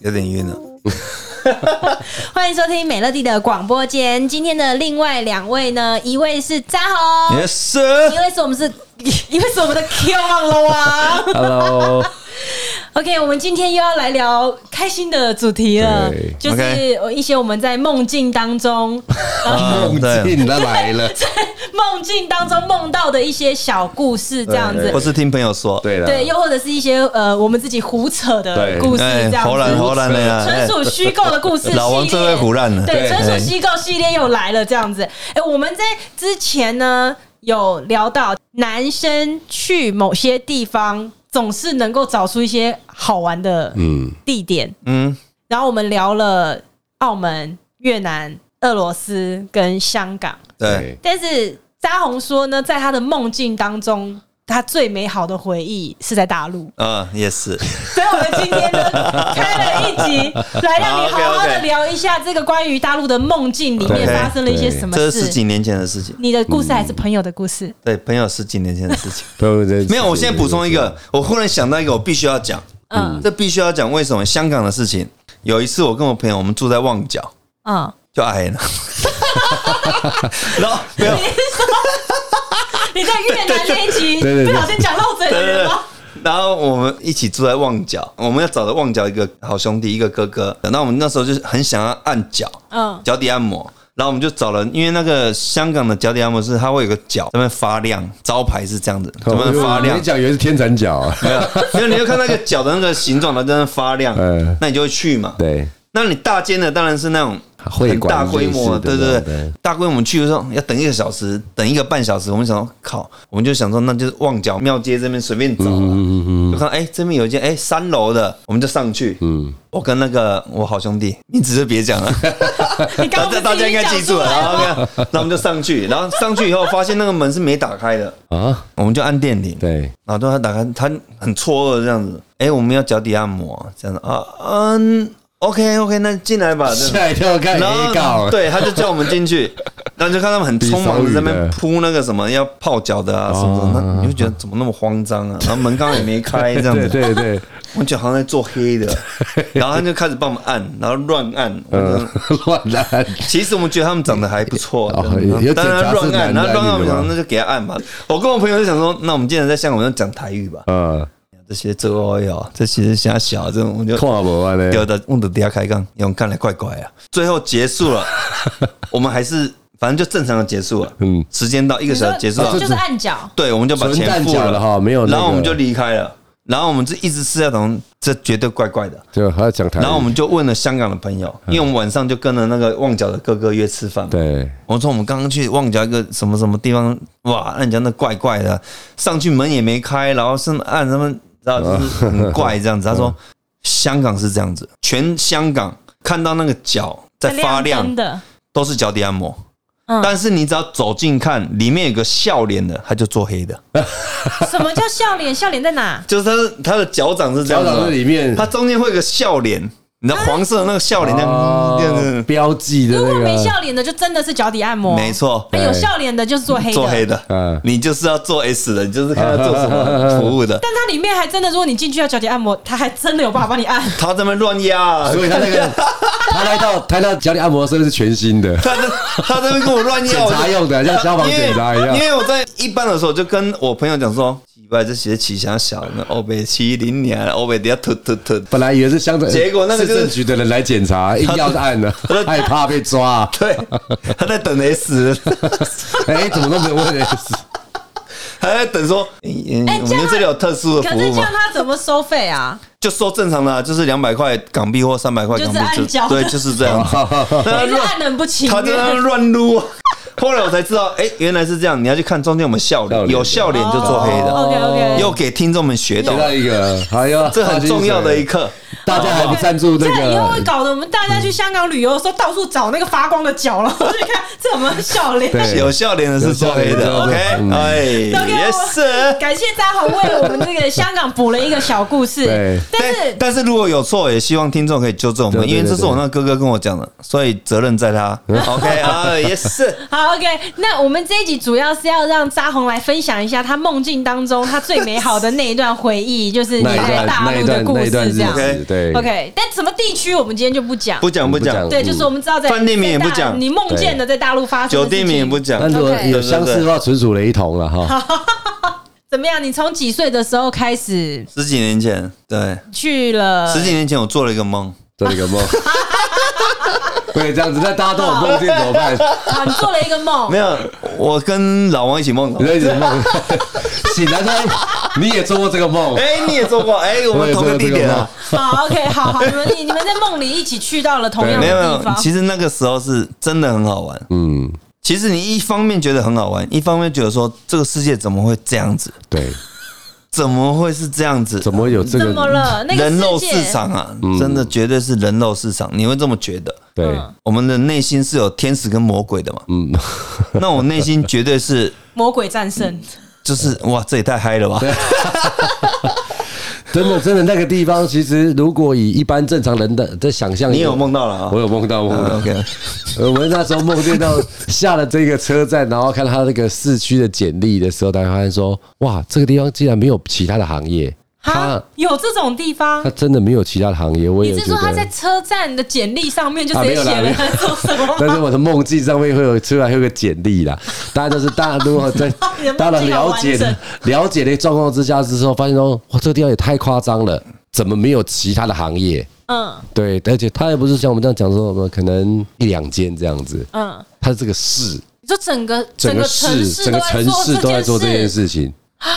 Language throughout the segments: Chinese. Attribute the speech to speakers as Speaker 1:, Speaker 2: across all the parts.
Speaker 1: 有点晕了。
Speaker 2: 哦欢迎收听美乐蒂的广播间。今天的另外两位呢，一位是扎红，
Speaker 1: Yes，
Speaker 2: 一位是我们是， 一位是我们的 Q 网了 王。
Speaker 3: Hello，
Speaker 2: OK，我们今天又要来聊开心的主题了
Speaker 3: 对，
Speaker 2: 就是一些我们在梦境 当中、
Speaker 1: 啊对，
Speaker 3: 进来了，
Speaker 2: 梦境当中梦到的一些小故事这样子
Speaker 1: 或。是听朋友说，
Speaker 3: 对了，
Speaker 2: 对，又或者是一些呃，我们自己胡扯的
Speaker 3: 对
Speaker 2: 故事
Speaker 1: 哎
Speaker 2: 这，样
Speaker 1: 胡
Speaker 2: 子
Speaker 1: 乱，胡乱的呀，
Speaker 2: 纯属虚构的故事系
Speaker 1: 哎
Speaker 2: 列。
Speaker 1: 老王这位胡乱了，
Speaker 2: 对，
Speaker 3: 对
Speaker 2: 纯属虚构系列又来了，这样子。哎、我们在之前呢有聊到，男生去某些地方总是能够找出一些好玩的
Speaker 3: 嗯，
Speaker 2: 地点，
Speaker 1: 嗯，
Speaker 2: 然后我们聊了澳门、越南、俄罗斯跟香港，
Speaker 1: 对，
Speaker 3: 对，
Speaker 2: 但是扎红说呢，在他的梦境当中。他最美好的回忆是在大陆，
Speaker 1: 嗯，也是，
Speaker 2: 所以我们今天呢开了一集，来让你好好的
Speaker 1: OK，OK
Speaker 2: 聊一下这个关于大陆的梦境里面
Speaker 1: OK，
Speaker 2: 发生了一些什么
Speaker 1: 这是
Speaker 2: 事
Speaker 1: 十。几年前的事情，
Speaker 2: 你的故事还是朋友的故事？
Speaker 1: 对，朋友十几年前的事情。
Speaker 3: 不用再
Speaker 1: 没有，我现在补充一个，我忽然想到一个，我必须要讲，
Speaker 2: 嗯
Speaker 1: 这必须要讲为什么香港的事情。有一次，我跟我朋友，我们住在旺角，
Speaker 2: 嗯，
Speaker 1: 就挨了， 然后没有，
Speaker 2: 你在越南那一集
Speaker 3: 对对对
Speaker 2: 不小心讲漏嘴
Speaker 1: 对
Speaker 2: 的
Speaker 1: 对
Speaker 2: 人
Speaker 1: 对
Speaker 2: 吗？。
Speaker 1: 然后我们一起住在旺角，我们要找的旺角一个好兄弟，一个哥哥。那我们那时候就是很想要按脚，
Speaker 2: 嗯
Speaker 1: 脚底按摩，然后我们就找了，因为那个香港的脚底按摩是它会有个脚在那边发亮，招牌是这样子，怎么发亮
Speaker 3: 你？哦讲以为是天蚕角啊，
Speaker 1: 没有，没有，你就看那个脚的那个形状，它在那发亮
Speaker 3: 嗯，
Speaker 1: 那你就会去嘛。
Speaker 3: 对，
Speaker 1: 那你大间的当然是那种
Speaker 3: 啊会
Speaker 1: 很
Speaker 3: 馆
Speaker 1: 大规模的，对
Speaker 3: 类
Speaker 1: 对
Speaker 3: 似的那种
Speaker 1: 对
Speaker 3: 对，
Speaker 1: 大规模我们去的时候要等一个小时，等一个半小时，我们想说靠，我们就想说那就是旺角庙街这边随便找
Speaker 3: 嗯
Speaker 1: 了，就看哎这边有一间哎三楼的，我们就上去。嗯，我跟那个我好兄弟，名字就别讲 了，
Speaker 2: 你
Speaker 1: 大
Speaker 2: 刚刚不
Speaker 1: 家
Speaker 2: 是
Speaker 1: 大家应该记住了。
Speaker 2: 已经讲出来
Speaker 1: 然
Speaker 2: 了
Speaker 1: 后
Speaker 2: 吗
Speaker 1: OK，然后我们就上去，然后上去以后发现那个门是没打开的，
Speaker 3: 啊，
Speaker 1: 我们就按电铃。
Speaker 3: 对，
Speaker 1: 然后他打开，他很错愕这样子，哎、我们要脚底按摩这样子啊，嗯，OK OK，那进来吧，这样。
Speaker 3: 吓一跳，看啊
Speaker 1: 然
Speaker 3: 哎黑稿，
Speaker 1: 后，对，他就叫我们进 去，然后就看他们很匆忙的在那边铺那个什么要泡脚的啊什么什么，那你就觉得怎么那么慌张啊？然后门刚刚也没开这样
Speaker 3: 哦 对
Speaker 1: 子，
Speaker 3: 对对，
Speaker 1: 我觉得好像在做黑 的，然后他就开始帮我们按，然后乱按，我就
Speaker 3: 嗯，乱 来，
Speaker 1: 其实我们觉得他们长得还不错
Speaker 3: 哦有，
Speaker 1: 当然
Speaker 3: 检查
Speaker 1: 乱
Speaker 3: 是
Speaker 1: 按，
Speaker 3: 男
Speaker 1: 然后乱按，我
Speaker 3: 的
Speaker 1: 们
Speaker 3: 女的
Speaker 1: 想
Speaker 3: 吗
Speaker 1: 那就给他按嘛。我跟我朋友就想说，那我们既然在香港，我们就讲台语吧。
Speaker 3: 嗯，
Speaker 1: 这些做哦哟，这些想小这种，我就
Speaker 3: 看不完嘞，
Speaker 1: 有的用的底下开杠，用干来怪怪啊。最后结束 了，我们还是反正就正常的结束了。嗯
Speaker 3: 嗯，
Speaker 1: 时间到一个小时结束
Speaker 2: 你说
Speaker 1: 了，
Speaker 2: 就是按脚，
Speaker 1: 对，我们就把
Speaker 3: 纯
Speaker 1: 钱
Speaker 3: 蛋
Speaker 1: 付
Speaker 3: 饺了哈，没有那个，
Speaker 1: 然后我们就离开了。然后我们就一直是要等，这绝对怪怪的。
Speaker 3: 就还要讲台语，
Speaker 1: 然后我们就问了香港的朋友，
Speaker 3: 嗯
Speaker 1: 因为我们晚上就跟了那个旺角的哥哥约吃饭嘛。
Speaker 3: 对，
Speaker 1: 我说我们刚刚去旺角一个什么什么地方，哇，那人家那怪怪的，上去门也没开，然后是按什么，然后就是很怪这样子。他说香港是这样子，全香港看到那个脚在发亮
Speaker 2: 真，的，
Speaker 1: 都是脚底按摩。
Speaker 2: 嗯
Speaker 1: 但是你只要走近看，里面有个笑脸的，他就做黑的，
Speaker 2: 什么叫笑脸？笑脸在 哪？
Speaker 1: 就是他的他的脚掌是这样
Speaker 3: 小
Speaker 1: 子
Speaker 3: 岛这
Speaker 1: 嘛，
Speaker 3: 里面，
Speaker 1: 他中间会有个笑脸，你知道黄色的那个笑脸这样嗯
Speaker 3: 哦
Speaker 1: 这样子，
Speaker 3: 标记的
Speaker 2: 如果
Speaker 3: 那
Speaker 2: 没
Speaker 3: 个，
Speaker 2: 笑脸的，就真的是脚底按摩，
Speaker 1: 啊没。错，
Speaker 2: 那有笑脸的，就是做黑的，
Speaker 1: 做黑的，
Speaker 3: 嗯
Speaker 1: 你就是要做 S 的，你就是看他做什么服务 的。
Speaker 2: 但它里面还真的，如果你进去要脚底按摩，它还真的有办法帮 你按。
Speaker 1: 他在那边乱压啊，
Speaker 3: 所以他那 个，他来到他到脚底按摩真的是全新的，
Speaker 1: 他在他在那边跟我乱压，
Speaker 3: 检
Speaker 1: 我就
Speaker 3: 查用的，像消防检查一样
Speaker 1: 因为。因为我在一般的时候就跟我朋友讲说，奇怪，这鞋起想小，那欧北七零年，欧北底下突突 突。
Speaker 3: 本来以为是乡镇，
Speaker 1: 结果那个就是
Speaker 3: 市政局的人来检查，硬要按 了，害怕被抓。
Speaker 1: 对，他在等 S，
Speaker 3: 哎，怎么都没有问题。
Speaker 1: 他在等说，嗯
Speaker 2: 哎
Speaker 1: 嗯我
Speaker 2: 这样
Speaker 1: 们这里有特殊的
Speaker 2: 可
Speaker 1: 服
Speaker 2: 是
Speaker 1: 务
Speaker 2: 这
Speaker 1: 吗
Speaker 2: 样？它怎么收费啊？
Speaker 1: 就收正常的啊，就是两百块港币或三百块港
Speaker 2: 就是按
Speaker 1: 币，
Speaker 2: 脚
Speaker 1: 对，就是这 样。那
Speaker 2: 还是按的哎很不情
Speaker 1: 他在那
Speaker 2: 愿。
Speaker 1: 乱撸啊。后来我才知道，哎、原来是这样。你要去看中间有没有笑
Speaker 3: 笑
Speaker 1: 脸，
Speaker 3: 脸哦
Speaker 1: 有笑脸就做黑的，
Speaker 2: OK OK，
Speaker 1: 又给听众们学到
Speaker 3: 学到一个，哎呀，
Speaker 1: 这很重要的一，刻。
Speaker 3: 大家还不赞助那
Speaker 2: 这以后会
Speaker 3: 个，
Speaker 2: 搞得我们大家去香港旅游的时候，到处找那个发光的角了， 我就看这有没有笑脸。
Speaker 3: 对
Speaker 1: 有笑脸的是做黑
Speaker 3: 有
Speaker 1: 的
Speaker 3: 笑
Speaker 1: ，OK，
Speaker 3: 脸的嗯
Speaker 1: 哎
Speaker 2: 我
Speaker 1: ，Yes sir。
Speaker 2: 感谢扎豪为我们这个香港补了一个小故事
Speaker 3: 对，
Speaker 2: 但
Speaker 1: 对
Speaker 2: 是，
Speaker 1: 但是如果有错，也希望听众可以纠正我
Speaker 3: 对
Speaker 1: 们，
Speaker 3: 对
Speaker 1: 因为这
Speaker 3: 对
Speaker 1: 是我那个哥哥跟我讲的，所以责任在 他。OK 啊，Yes，
Speaker 2: 好，OK，那我们这一集主要是要让扎红来分享一下他梦境当中他最美好的那一段回忆，就是你
Speaker 3: 那一
Speaker 2: 在
Speaker 3: 段
Speaker 2: 大
Speaker 3: 那一
Speaker 2: 陆的
Speaker 3: 段
Speaker 2: 故
Speaker 3: 那
Speaker 2: 事
Speaker 3: 一段日
Speaker 2: 这样。
Speaker 3: 子，对
Speaker 2: OK，但什么地区我们今天就不讲，
Speaker 1: 不讲不
Speaker 3: 不
Speaker 1: 讲
Speaker 3: 讲，
Speaker 2: 对，就是我们知道在
Speaker 1: 饭店名也
Speaker 2: 在大
Speaker 1: 不讲
Speaker 2: 你梦见的在大陆发生的
Speaker 1: 酒
Speaker 2: 事情
Speaker 1: 店名也不讲
Speaker 3: 那。如果
Speaker 2: OK
Speaker 3: 有相似的话，纯属雷同了哈。
Speaker 2: 怎么样？你从几岁的时候开始
Speaker 1: 十几年前，对，
Speaker 2: 去了？
Speaker 1: 十几年前我做了一个梦，
Speaker 3: 做了一个 梦，对，这样子，那大家都有梦境怎么办？
Speaker 2: 啊，你做了一个梦，
Speaker 1: 没有，我跟老王一起梦到
Speaker 3: 你。在一直梦， 醒来说哎你也做过这个梦，
Speaker 1: 哎，你也做过，哎，我们同个地点啊。
Speaker 2: 好，OK，好好，你们你你们在梦里一起去到了同样
Speaker 1: 没有没
Speaker 2: 的地
Speaker 1: 有，
Speaker 2: 方，
Speaker 1: 其实那个时候是真的很好玩。
Speaker 3: 嗯，
Speaker 1: 其实你一方面觉得很好玩，一方面觉得说这个世界怎么会这样子？
Speaker 3: 对，
Speaker 1: 怎么会是这样子？
Speaker 3: 怎么嗯有这
Speaker 2: 怎么
Speaker 3: 个？
Speaker 2: 了？那个
Speaker 1: 人肉
Speaker 2: 世界
Speaker 1: 市场啊，真的绝对是人肉市场，你会这么觉得？
Speaker 3: 对，
Speaker 2: 嗯
Speaker 1: 我们的内心是有天使跟魔鬼的嘛？
Speaker 3: 嗯，
Speaker 1: 那我内心绝对是
Speaker 2: 魔鬼战
Speaker 3: 嗯
Speaker 2: 胜，
Speaker 1: 就是哇，这也太嗨了吧！
Speaker 3: 真的真的那个地方，其实如果以一般正常人的的想象，
Speaker 1: 你有梦到了啊
Speaker 3: 我有梦到梦
Speaker 1: 嗯
Speaker 3: 到。
Speaker 1: ？OK，
Speaker 3: 呃我们那时候梦见到下了这个车站，然后看到他那个市区的简历的时候，大家发现说，哇，这个地方竟然没有其他的行业，
Speaker 2: 哈
Speaker 3: 他，
Speaker 2: 有这种地方
Speaker 3: 他？真的没有其他的行业，我也
Speaker 2: 你是
Speaker 3: 觉
Speaker 2: 说他在
Speaker 3: 得。
Speaker 2: 车站的简历上面就
Speaker 3: 啊
Speaker 2: 直接
Speaker 3: 没有
Speaker 2: 写
Speaker 3: 啦
Speaker 2: 了
Speaker 3: 没有
Speaker 2: 他做什么？
Speaker 3: 但是我的梦境上面会有出来会有个简历啦，大家都是大家如果在
Speaker 2: 你的梦境
Speaker 3: 大家
Speaker 2: 好
Speaker 3: 了
Speaker 2: 完
Speaker 3: 解
Speaker 2: 整
Speaker 3: 的了解的状况之下之后，发现说哇，这个地方也太夸张了，怎么没有其他的行业？
Speaker 2: 嗯
Speaker 3: 对，而且他也不是像我们这样讲说，我们可能一两间这样子，
Speaker 2: 嗯，
Speaker 3: 他这个市
Speaker 2: 你说整个
Speaker 3: 整个
Speaker 2: 城
Speaker 3: 市
Speaker 2: 市
Speaker 3: 整个城市都在做
Speaker 2: 这
Speaker 3: 这件。事情，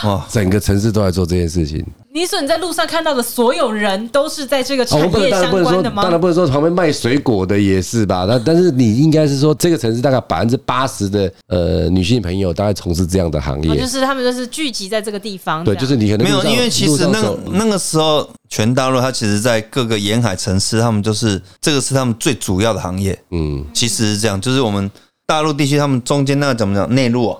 Speaker 1: 哇，
Speaker 3: 整个城市都在做这件事情。
Speaker 2: 你说你在路上看到的所有人都是在这个
Speaker 3: 哦，
Speaker 2: 产
Speaker 3: 我不能
Speaker 2: 业
Speaker 3: 当
Speaker 2: 相
Speaker 3: 然不能
Speaker 2: 关
Speaker 3: 说，
Speaker 2: 的吗？
Speaker 3: 当然不能说旁边卖水果的也是吧？那但是你应该是说，这个城市大概百分之八十的呃女性朋友大概从事这样的行
Speaker 2: 哦
Speaker 3: 业
Speaker 2: 就。是他们就是聚集在这个地方这
Speaker 3: 对，
Speaker 2: 样，
Speaker 3: 就是你可能
Speaker 1: 没有
Speaker 3: 路，上
Speaker 1: 因为其实那个
Speaker 3: 路上走嗯
Speaker 1: 那个时候，全大陆它其实，在各个沿海城市，他们就是这个是他们最主要的行业。
Speaker 3: 嗯，
Speaker 1: 其实是这样，就是我们大陆地区，他们中间那个怎么讲，内陆啊，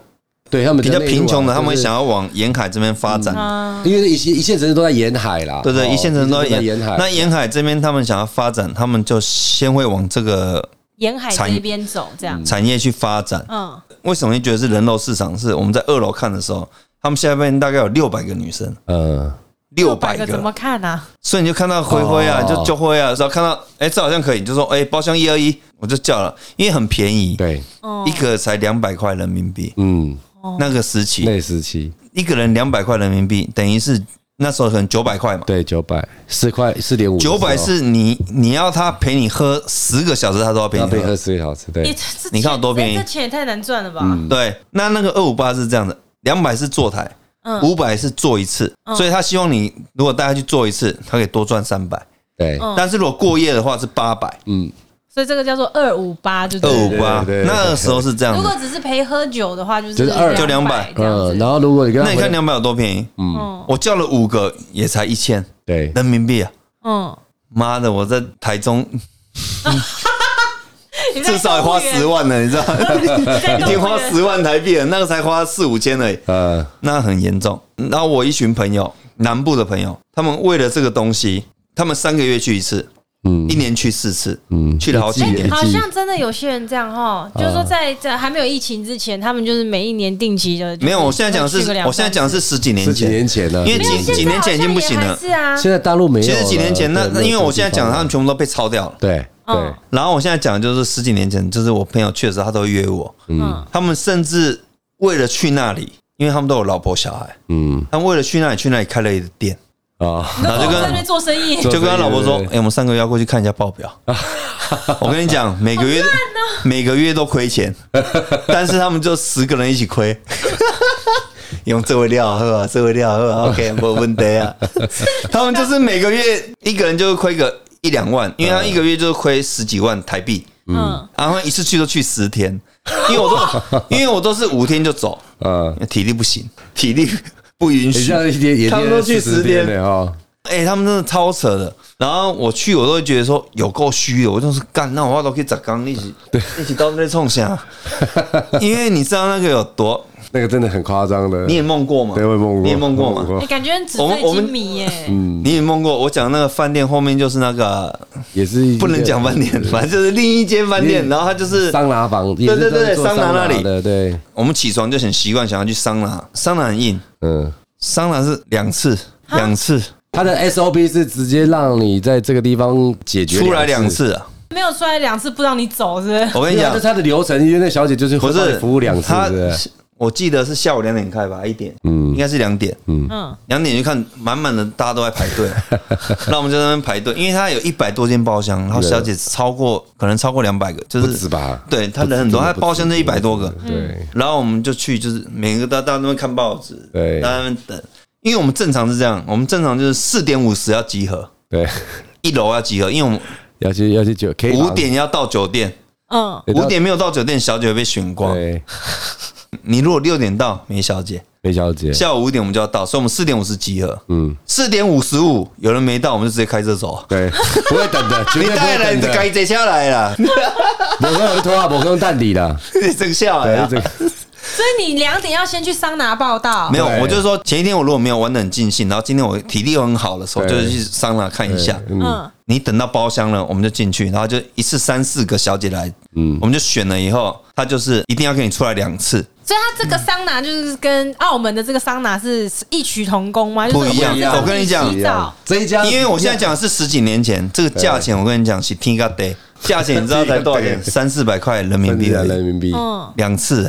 Speaker 3: 对啊他们
Speaker 1: 比较贫穷的，他们会
Speaker 3: 会
Speaker 1: 想，要往沿海这边发展。
Speaker 2: 啊，
Speaker 3: 因为一些一线城市都在沿海啦，
Speaker 1: 对对，
Speaker 3: 哦
Speaker 1: 一线城市都在
Speaker 3: 在
Speaker 1: 沿
Speaker 3: 沿海，
Speaker 1: 那沿海这边，他们想要发展，他们就先会往这个
Speaker 2: 沿海
Speaker 1: 产
Speaker 2: 这边走这
Speaker 3: 嗯
Speaker 2: 样，
Speaker 1: 产业去发展。
Speaker 2: 嗯，
Speaker 1: 为什么会觉得是人肉市场？是我们在二楼看的时候，他们下面大概有六百个女生，
Speaker 3: 嗯，
Speaker 1: 六百
Speaker 2: 百个
Speaker 1: 个，
Speaker 2: 怎么看啊？
Speaker 1: 所以你就看到灰灰啊，
Speaker 3: 哦
Speaker 1: 就就灰啊，然后看到哎、这好像可以，你就说哎、包厢一二一，我就叫了，因为很便宜，
Speaker 3: 对，
Speaker 2: 哦
Speaker 1: 一个才两百块人民币，
Speaker 3: 嗯，
Speaker 1: 那个时期
Speaker 3: 那时期
Speaker 1: 一个人两百块人民币，等于是那时候可能九百块嘛。
Speaker 3: 对九百四块四点五，
Speaker 1: 九百是你，你要他陪你喝十个小时，他都要陪
Speaker 3: 那
Speaker 1: 你
Speaker 3: 被
Speaker 1: 喝
Speaker 3: 喝。四个小时，
Speaker 2: 你这
Speaker 3: 对，
Speaker 1: 哎你看有多便宜嗯
Speaker 2: 这钱也太难赚了吧？
Speaker 1: 对，那那个二五八是这样的，两百是坐台，
Speaker 3: 嗯
Speaker 1: 五百是坐一次，所以他希望你如果带他去坐一次，他可以多赚三百。
Speaker 3: 对，
Speaker 2: 嗯
Speaker 1: 但是如果过夜的话是八百，
Speaker 3: 嗯，
Speaker 2: 所以这个叫做二五八，就
Speaker 1: 二
Speaker 2: 对
Speaker 1: 五
Speaker 2: 了。
Speaker 1: 八。
Speaker 3: 对对对
Speaker 1: 那个时候是这样
Speaker 2: 如果
Speaker 1: 的，
Speaker 2: 只是陪喝酒的话，就是
Speaker 3: 就是二
Speaker 1: 就200
Speaker 2: 200这样
Speaker 3: 嗯，
Speaker 2: 子。
Speaker 3: 然后如果你跟
Speaker 1: 那
Speaker 3: 他
Speaker 1: 你
Speaker 3: 回
Speaker 1: 看
Speaker 3: 来
Speaker 1: 两百有多便宜？
Speaker 2: 嗯
Speaker 1: 我叫了五个也才一千
Speaker 3: 对，
Speaker 1: 人民币啊！
Speaker 2: 嗯，
Speaker 1: 妈的，我在台中
Speaker 2: 你在
Speaker 1: 至少也花十万呢，你知道， 已经花十万台币了，那个才花四五千而已。
Speaker 3: 呃，
Speaker 1: 那很严重。然后我一群朋友，南部的朋友，他们为了这个东西，他们三个月去一次，
Speaker 3: 嗯
Speaker 1: 一年去四次，
Speaker 3: 嗯
Speaker 1: 去了好几
Speaker 3: 一季
Speaker 1: 年
Speaker 3: 一。
Speaker 2: 好像真的有些人这样哈，
Speaker 1: 嗯
Speaker 2: 就是说在在还没有疫情之前，他们就是每一年定期的。就是
Speaker 1: 没有，我现在讲的是
Speaker 2: 去个，两
Speaker 1: 我现在讲的是十几年
Speaker 3: 十几
Speaker 1: 前，
Speaker 3: 年前呢，
Speaker 1: 因为
Speaker 2: 三次，没有
Speaker 1: 几几年前已经不行了
Speaker 2: 现在好像也还是啊，
Speaker 3: 现在大陆没有
Speaker 1: 其
Speaker 3: 了，
Speaker 1: 实几年前那
Speaker 3: 对
Speaker 1: 那因为我现在讲的，他们
Speaker 3: 没有
Speaker 1: 全部都被抄掉了。
Speaker 3: 这个地方
Speaker 2: 嗯
Speaker 3: 了
Speaker 1: 然后我现在讲的就是十几年前，就是我朋友去的时候，他都会约我，
Speaker 2: 嗯，
Speaker 1: 他们甚至为了去那里，因为他们都有老婆小孩，
Speaker 3: 对，嗯
Speaker 1: 他们为了去那里去那里开了一个店，
Speaker 3: 啊，
Speaker 1: 然后就
Speaker 2: 在那
Speaker 1: 跟
Speaker 2: 边做生意，
Speaker 3: 做
Speaker 1: 就跟他老婆说
Speaker 3: 对对：“
Speaker 1: 哎，我们上个月要过去看一下报表。” 我跟你讲，每个月每个月都亏 钱，但是他们就十个人一起亏。 用这味料喝啊，这味料喝啊，OK，没 问题啊。他们就是每个月一个人就亏个一两万，因为他一个月就亏十几万台币，
Speaker 2: 嗯，
Speaker 1: 然后一次去都去十天，因为我 都因为我都是五天就走，
Speaker 3: 呃，
Speaker 1: 体力不行，体力不允
Speaker 3: 你
Speaker 1: 许
Speaker 3: 这。样一天也
Speaker 1: 他们都去10
Speaker 3: 十
Speaker 1: 天
Speaker 3: 的哈，
Speaker 1: 哎、他们真的超扯的。然后我去，我都会觉得说有够虚的，我就是干，那我话都可以砸缸一起，一起到那冲下， 因为你知道那个有多，
Speaker 3: 那个真的很夸张的。
Speaker 1: 你也梦过吗？
Speaker 3: 对，我也梦过，
Speaker 1: 你也梦过
Speaker 3: 梦
Speaker 1: 吗？
Speaker 2: 你哎感觉纸
Speaker 1: 我
Speaker 2: 醉
Speaker 1: 们我们
Speaker 2: 金迷耶、
Speaker 1: 你也梦过？我讲那个饭店后面就是那个
Speaker 3: 也是一个
Speaker 1: 不能讲饭店，反正就是另一间饭店，然后它就是
Speaker 3: 桑拿房，也是
Speaker 1: 对对对
Speaker 3: 做桑
Speaker 1: 桑拿那里
Speaker 3: 的，对，
Speaker 1: 我们起床就很习惯想要去桑拿，桑拿很硬，
Speaker 3: 嗯。
Speaker 1: 桑拿是两次，两次
Speaker 3: 他的 SOP 是直接让你在这个地方解决
Speaker 1: 出来两，次啊！
Speaker 2: 没有出来两次不让你走是不是？
Speaker 1: 我跟你
Speaker 3: 对啊
Speaker 1: 讲
Speaker 3: 这是，他的流程，因为那小姐就是
Speaker 1: 不
Speaker 3: 会帮
Speaker 1: 是
Speaker 3: 你服务两次，
Speaker 1: 他
Speaker 3: 对不对
Speaker 1: 我记得是下午两点开吧，一点，嗯，应该是两点，
Speaker 2: 嗯，
Speaker 1: 两点就看满满的大家都在排 队，那我们就在那边排队，因为他有一百多间包厢，然后小姐超过可能超过两百个，就
Speaker 3: 不
Speaker 1: 是
Speaker 3: 止吧？
Speaker 1: 对他人很多，
Speaker 3: 不
Speaker 1: 他
Speaker 3: 止
Speaker 1: 包厢就一百多个，嗯
Speaker 3: 对，
Speaker 1: 然后我们就去，就是每个大大家都在看报纸，
Speaker 3: 对
Speaker 1: 大家在那边等，因为我们正常是这样，我们正常就是四点五十要集合，
Speaker 3: 对，
Speaker 1: 一楼要集合，因为我们
Speaker 3: 要去要去九 K
Speaker 1: 五点要到酒店，
Speaker 2: 嗯，
Speaker 1: 五点没有到酒店，小姐会被选光。
Speaker 3: 哎对，
Speaker 1: 你如果六点到，没小姐，
Speaker 3: 梅小姐，
Speaker 1: 下午五点我们就要到，所以我们四点五十集合。
Speaker 3: 嗯，
Speaker 1: 四点五十五有人没到，我们就直接开车走。
Speaker 3: 对，不会等的，绝
Speaker 1: 你
Speaker 3: 对不
Speaker 1: 带
Speaker 3: 会
Speaker 1: 了，
Speaker 3: 等
Speaker 1: 你
Speaker 3: 的
Speaker 1: 该，接下来了，
Speaker 3: 我用拖啊，我用蛋底啦，
Speaker 1: 你真笑
Speaker 3: 对
Speaker 1: 哎呀，
Speaker 3: 这。个
Speaker 2: 所以你两点要先去桑拿报道，
Speaker 1: 没有，
Speaker 3: 对
Speaker 1: 我就是说前一天我如果没有玩的很尽兴，然后今天我体力又很好的时候，
Speaker 3: 对
Speaker 1: 就是去桑拿看一下。
Speaker 2: 嗯，
Speaker 1: 你等到包厢了，我们就进去，然后就一次三四个小姐来，嗯，我们就选了以后，她就是一定要跟你出来两次，
Speaker 2: 所以它这个桑拿就是跟澳门的这个桑拿是异曲同工吗？
Speaker 1: 不一样
Speaker 2: 就是晚上
Speaker 1: 我跟你讲
Speaker 2: 自己洗澡，
Speaker 3: 这一家，
Speaker 1: 因为我现在讲的是十几年前，这个价钱我跟你讲是天价的，价钱你知道才多少 钱？
Speaker 3: 对
Speaker 1: 三四百块人民
Speaker 3: 真
Speaker 1: 币
Speaker 3: 的
Speaker 1: 而已
Speaker 3: 人民币，
Speaker 2: 嗯
Speaker 1: 两次、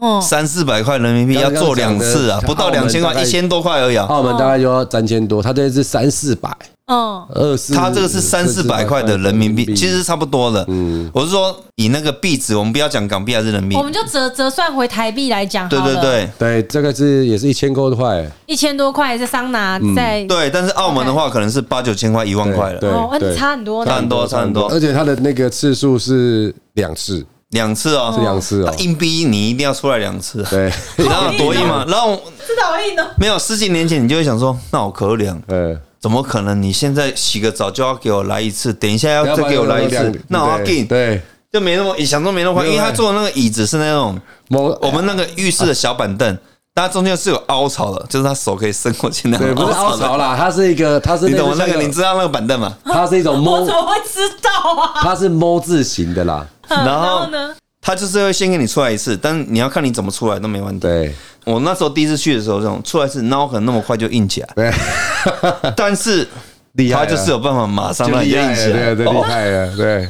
Speaker 2: 嗯，
Speaker 1: 三四百块人民币
Speaker 3: 刚
Speaker 1: 要
Speaker 3: 刚
Speaker 1: 做两次啊
Speaker 3: 讲，的
Speaker 1: 不到
Speaker 3: 澳门
Speaker 1: 两千
Speaker 3: 大
Speaker 1: 块，
Speaker 3: 概哦
Speaker 1: 一千多块而已啊。
Speaker 3: 澳门大概就要三千多，他这是三四百，
Speaker 2: 嗯，
Speaker 3: 二四，
Speaker 1: 他这个是三四百块的人民币，其实差不多的。
Speaker 3: 嗯
Speaker 1: 我是说以那个币值，我们不要讲港币啊还是人民币
Speaker 2: 我，们就折折算回台币来讲，
Speaker 1: 对对，对
Speaker 3: 对，这个是也是一千多块，
Speaker 2: 一千多块是桑拿在
Speaker 1: 嗯对。但是澳门的话，可能是八九千块、一万块了，
Speaker 3: 对
Speaker 2: 哦，那
Speaker 3: 对
Speaker 2: 差很多
Speaker 1: 差
Speaker 2: 呢
Speaker 1: 很。多，差很多
Speaker 3: 而，且他的那个次数是两次，
Speaker 1: 两次哦，
Speaker 3: 是两次哦，
Speaker 1: 硬逼你一定要出来两次，
Speaker 3: 对，
Speaker 1: 你知道多硬 吗？然后
Speaker 2: 知道我意呢？
Speaker 1: 没有十几年前，你就会想说，那我可怜，
Speaker 3: 呃，
Speaker 1: 怎么可能？你现在洗个澡就要给我来一次，等一下要再啊给我来一次，那我要给你
Speaker 3: 对，啊
Speaker 1: 就没那么想都没那么快，因为他坐的那个椅子是那种
Speaker 3: 某
Speaker 1: 我们那个浴室的小板凳，但它中间是有凹槽的，就是他手可以伸过去那
Speaker 3: 对
Speaker 1: 种
Speaker 3: 不是
Speaker 1: 槽
Speaker 3: 凹槽
Speaker 1: 的。
Speaker 3: 啦，它是一个，它是
Speaker 1: 你懂我那
Speaker 3: 像
Speaker 1: 个？你知道那个板凳吗？
Speaker 3: 它是一 种
Speaker 2: 我
Speaker 3: 摸
Speaker 2: 怎，么会知道啊？
Speaker 3: 它是摸字形的啦，
Speaker 2: 嗯
Speaker 1: 然后
Speaker 2: 然后呢？
Speaker 1: 他就是会先给你出来一次，但你要看你怎么出来都没问题。
Speaker 3: 对
Speaker 1: 我那时候第一次去的时候，这种出来是，那我可能那么快就硬起来，
Speaker 3: 对，
Speaker 1: 但是
Speaker 3: 厉害
Speaker 1: 他
Speaker 3: 了
Speaker 1: 就是有办法马上
Speaker 3: 就
Speaker 1: 让你
Speaker 3: 厉害
Speaker 1: 硬
Speaker 3: 了
Speaker 1: 起来。
Speaker 3: 对对，厉
Speaker 1: 哦
Speaker 3: 害了，对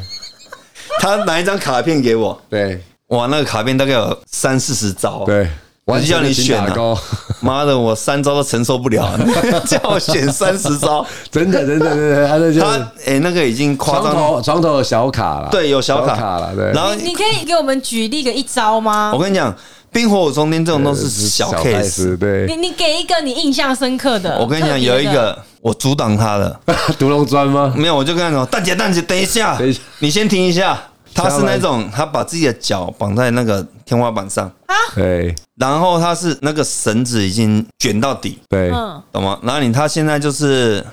Speaker 1: 他拿一张卡片给我，
Speaker 3: 对
Speaker 1: 哇，那个卡片大概有三四十招，
Speaker 3: 对，完全
Speaker 1: 叫你选啊
Speaker 3: 打勾，
Speaker 1: 妈的，我三招都承受不了， 叫我选三十招，
Speaker 3: 真的真的真的，它这 就
Speaker 1: 他
Speaker 3: 是
Speaker 1: 哎、那个已经夸
Speaker 3: 床
Speaker 1: 张
Speaker 3: 头床头有小卡啦，
Speaker 1: 对，有小卡
Speaker 3: 啊卡啦，对，
Speaker 1: 然后
Speaker 2: 你可以给我们举例个一招吗
Speaker 1: 我？跟你讲，冰火五重天这种都是小 case。
Speaker 3: 呃 case，对
Speaker 2: 你，你给一个你印象深刻的。
Speaker 1: 我跟你讲，
Speaker 2: 特别
Speaker 1: 有
Speaker 2: 的
Speaker 1: 一个我阻挡他的，
Speaker 3: 独龙砖吗？
Speaker 2: 啊
Speaker 1: 没有，我就跟他讲，蛋姐蛋姐，等一下
Speaker 3: 等一下，
Speaker 1: 你先停一下。他是
Speaker 3: 下来
Speaker 1: 那种，他把自己的脚绑在那个天花板上，
Speaker 3: 对
Speaker 1: 然后他是那个绳子已经卷到底，
Speaker 3: 对，
Speaker 2: 嗯，
Speaker 1: 懂吗？然后你他现在就是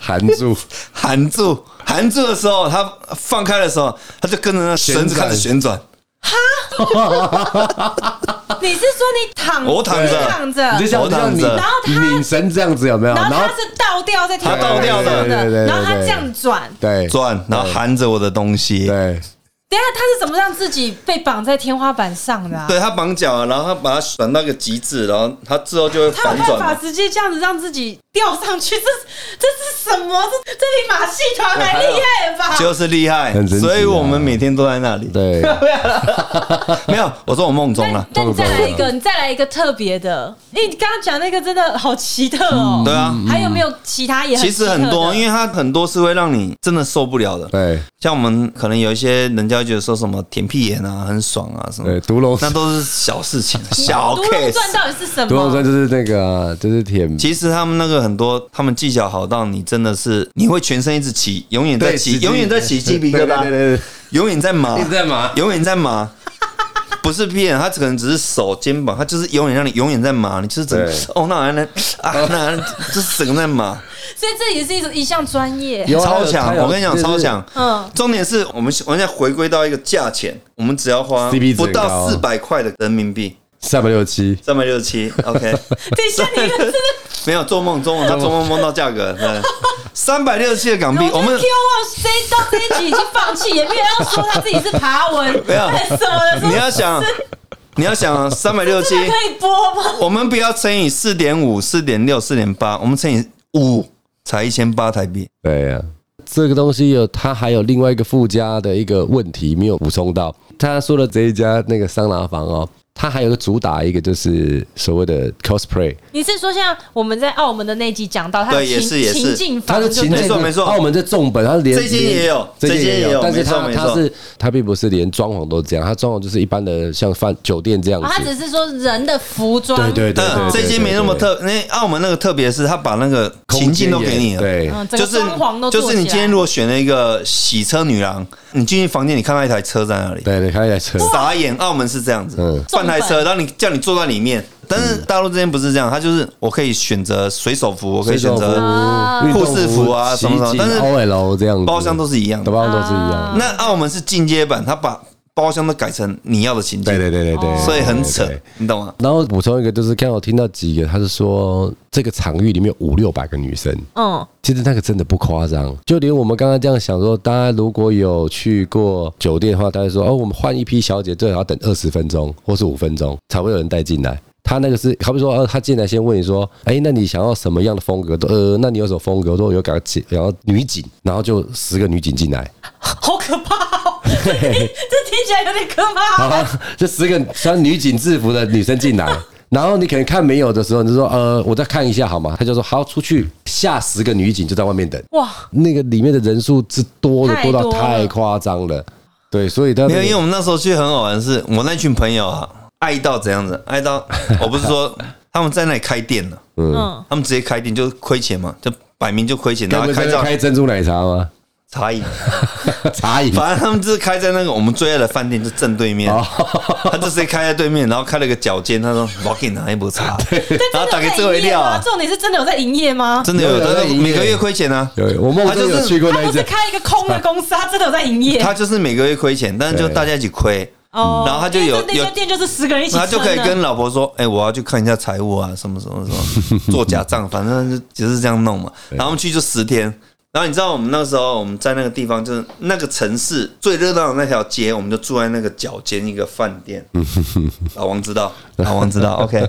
Speaker 3: 含住，
Speaker 1: 含住，含住的时候，他放开的时候，他就跟着那绳子
Speaker 3: 旋转
Speaker 1: 开始旋转。
Speaker 2: 你是说你躺，
Speaker 1: 我躺着
Speaker 2: 你躺着，
Speaker 3: 你就像
Speaker 1: 我
Speaker 3: 就像
Speaker 1: 躺
Speaker 3: 你
Speaker 1: 着
Speaker 2: 然后他
Speaker 3: 拧绳这样子有没有？
Speaker 2: 然
Speaker 3: 然
Speaker 2: 后他
Speaker 3: 后
Speaker 2: 是倒吊在天
Speaker 1: 他倒吊的
Speaker 2: 上
Speaker 3: 对对对对对
Speaker 2: 然后他这样转。
Speaker 3: 对
Speaker 1: 转，然后含着我的东西。
Speaker 3: 对
Speaker 2: 等一下他是怎么让自己被绑在天花板上的、啊？
Speaker 1: 对他绑脚啊，然后他把它转到一个极致，然后他之后就会
Speaker 2: 他有
Speaker 1: 反
Speaker 2: 办
Speaker 1: 转
Speaker 2: 法
Speaker 1: 了。
Speaker 2: 直接这样子让自己吊上去，这这是什么？这这比马戏团还厉害吧？
Speaker 1: 就是厉害
Speaker 3: 很，神奇啊
Speaker 1: 所以我们每天都在那里。
Speaker 3: 对，
Speaker 1: 没有，我说我梦中了。
Speaker 2: 哎那你再来一个，你再来一个特别的。因为你刚刚讲那个真的好奇特哦。
Speaker 1: 对啊，
Speaker 2: 还有没有其他也
Speaker 1: 其实很多，因
Speaker 2: 为
Speaker 1: 为它很多是会让你真的受不了的。
Speaker 3: 对
Speaker 1: 像我们可能有一些人家会觉得说什么舔屁眼啊，很爽啊什么
Speaker 3: 对，，独龙
Speaker 1: 那 都是小事 情，小
Speaker 2: 嗯独龙
Speaker 1: case。
Speaker 2: 传到底是什
Speaker 3: 独龙砖
Speaker 2: 么？
Speaker 3: 就是那个啊就是舔，
Speaker 1: 其实他们那个很多，他们技巧好到你真的是你会全身一直起，永远在
Speaker 3: 对
Speaker 1: 起，永远在起鸡皮疙
Speaker 3: 对
Speaker 1: 瘩，
Speaker 3: 对对对，
Speaker 1: 啊永远在麻
Speaker 3: 一直，在麻，
Speaker 1: 永远在麻。不不是骗，他可能只是手肩膀，他就是永远让你永远在麻，你就是整个
Speaker 3: 对
Speaker 1: 哦，那完了啊，那完了就是整个在麻，
Speaker 2: 所以这也是一种一项专业。
Speaker 3: 有
Speaker 1: 超强！我跟你讲，超。
Speaker 3: 还有还有
Speaker 1: 强。
Speaker 2: 嗯，
Speaker 1: 重点是我们我们现在回归到一个价钱，我们只要花
Speaker 3: CP 值
Speaker 1: 不
Speaker 3: 很高
Speaker 1: 到四百块的人民币，
Speaker 3: 三百六十七，
Speaker 1: 三百六十 七，OK，
Speaker 2: 等一下 你们真的，
Speaker 1: 没有做梦，做梦，他做梦梦到价格， 三百六十七的港币，我
Speaker 2: 我们
Speaker 1: 们
Speaker 2: Q 望这一到这一集已经放弃，也没有要说他自己是爬文，
Speaker 1: 没有
Speaker 2: 什么的，
Speaker 1: 你要想，你要想三百六十七
Speaker 2: 这，个可以播吗？
Speaker 1: 我们不要乘以四点五、四点六、四点八，我们乘以五才一千八台币。
Speaker 3: 对啊呀、这个东西有它还有另外一个附加的一个问题没有补充到。他说的这一家那个桑拿房哦，它还有个主打一个就是所谓的 cosplay，
Speaker 2: 你是说像我们在澳门的那集讲到他的
Speaker 1: 对也
Speaker 2: 情
Speaker 1: 是也是
Speaker 2: 情境
Speaker 3: 它
Speaker 2: 房
Speaker 3: 的
Speaker 2: 就
Speaker 3: 情
Speaker 2: 对了，
Speaker 3: 境
Speaker 1: 没错没错
Speaker 3: 澳门这重本，它连
Speaker 1: 这间也有
Speaker 3: 这间也
Speaker 1: 这间也
Speaker 3: 有
Speaker 1: 有，
Speaker 3: 但是
Speaker 1: 没
Speaker 3: 它
Speaker 1: 错没错
Speaker 3: 它是它并不是连装潢都这样，它装潢就是一般的像饭酒店这样
Speaker 2: 啊他
Speaker 3: 子，
Speaker 2: 只是说人的服装，
Speaker 3: 对对对
Speaker 1: 但
Speaker 3: 对，
Speaker 1: 这
Speaker 3: 对
Speaker 1: 间没那么，特，因为澳门那个特别是他把那个
Speaker 3: 对对
Speaker 1: 情境都给你了。
Speaker 3: 对，
Speaker 2: 嗯，整
Speaker 1: 就
Speaker 2: 个
Speaker 1: 是
Speaker 2: 装潢都
Speaker 1: 就是你今天如
Speaker 2: 果
Speaker 1: 果选了一个洗车女郎，你进去房间，你看到一台车在那里，
Speaker 3: 对，你看一台车，
Speaker 1: 傻眼。澳门是这样子
Speaker 3: 嗯，
Speaker 1: 半台车，然后你叫你坐在里面，但是大陆这边不是这样，他就是我可以选择水手服，我可以选
Speaker 3: 水手服
Speaker 1: 择
Speaker 2: 啊
Speaker 3: 运动
Speaker 1: 护士服啊
Speaker 3: 洗
Speaker 1: 什么什么
Speaker 3: 衣机
Speaker 1: 但是
Speaker 3: OL 这样子，
Speaker 1: 包厢都是一样的
Speaker 3: 包。厢都是一
Speaker 2: 啊
Speaker 3: 样，
Speaker 1: 那澳门是进阶版，他把包厢都改成你要的情
Speaker 3: 对
Speaker 1: 境，
Speaker 3: 对对对
Speaker 2: 哦
Speaker 3: 对，
Speaker 1: 所以很
Speaker 3: 对
Speaker 1: 扯
Speaker 3: 对，
Speaker 1: 你懂吗？
Speaker 3: 然后补充一个，就是刚好听到几个，他是说这个场域里面有五六百个女生，
Speaker 2: 嗯，
Speaker 3: 其实那个真的不夸张。就连我们刚刚这样想说，大家如果有去过酒店的话，大家说哦，我们换一批小姐，最少要等二十分钟或是五分钟才会有人带进来。他那个是，好比说，呃，他进来先问你说，哎、那你想要什么样的风格？呃，那你有什么风格？我说我有感觉想要女警，然后就十个女警进来，
Speaker 2: 好可怕哦， 这听起来有点可怕哦。
Speaker 3: 啊，这十个穿女警制服的女生进来， 然后你可能看没有的时候，你就说呃，我再看一下好吗？他就说好，出去下十个女警就在外面等。
Speaker 2: 哇，
Speaker 3: 那个里面的人数之多的
Speaker 2: 太
Speaker 3: 多
Speaker 2: 多了
Speaker 3: 到太夸张了，对，所以他
Speaker 1: 没有，因为我们那时候去很好玩的是，我那群朋友啊，爱到怎样子，爱到我不是说 他们在那里开店了，
Speaker 2: 嗯，
Speaker 1: 他们直接开店就亏钱嘛，就摆明就亏钱，然后
Speaker 3: 他们在
Speaker 1: 开
Speaker 3: 那
Speaker 1: 到
Speaker 3: 开珍珠奶茶吗？
Speaker 1: 茶饮，
Speaker 3: 茶饮
Speaker 1: 反正他们就是开在那个我 们最爱的饭店，就正对面，
Speaker 3: 哦
Speaker 1: 他就直接开在对面，然后开了个脚尖，他说 w a l k i n 哪一波 茶，然后打给这
Speaker 2: 有在
Speaker 1: 位
Speaker 2: 营业
Speaker 1: 料
Speaker 2: 吗
Speaker 1: 啊，
Speaker 2: 重点是真的有在营业吗？
Speaker 1: 真的有，
Speaker 3: 有有
Speaker 1: 但
Speaker 3: 在
Speaker 1: 是
Speaker 3: 营业
Speaker 1: 每个啊月亏钱啊，
Speaker 3: 对，我梦
Speaker 1: 他就
Speaker 3: 中
Speaker 1: 是
Speaker 3: 有去过那
Speaker 2: 他
Speaker 3: 一
Speaker 2: 不是
Speaker 3: 家，
Speaker 2: 开一个空的公司，他真的有在营业
Speaker 1: 他就是每个月亏钱，但是就
Speaker 3: 对
Speaker 1: 大家一起亏，
Speaker 2: 哦。
Speaker 1: 然后他就
Speaker 2: 因为
Speaker 1: 有
Speaker 2: 这那
Speaker 1: 有
Speaker 2: 家店就是十个人一起撑
Speaker 1: 他
Speaker 2: 的，
Speaker 1: 就可以跟老婆说：“哎、我要去看一下财务啊，什么什么什么，做假账，反正就只是这样弄嘛。”然后我们去就十天。然后你知道我们那时候我们在那个地方，就是那个城市最热闹的那条街，我们就住在那个脚尖一个饭店。老王知道，老王知道，OK。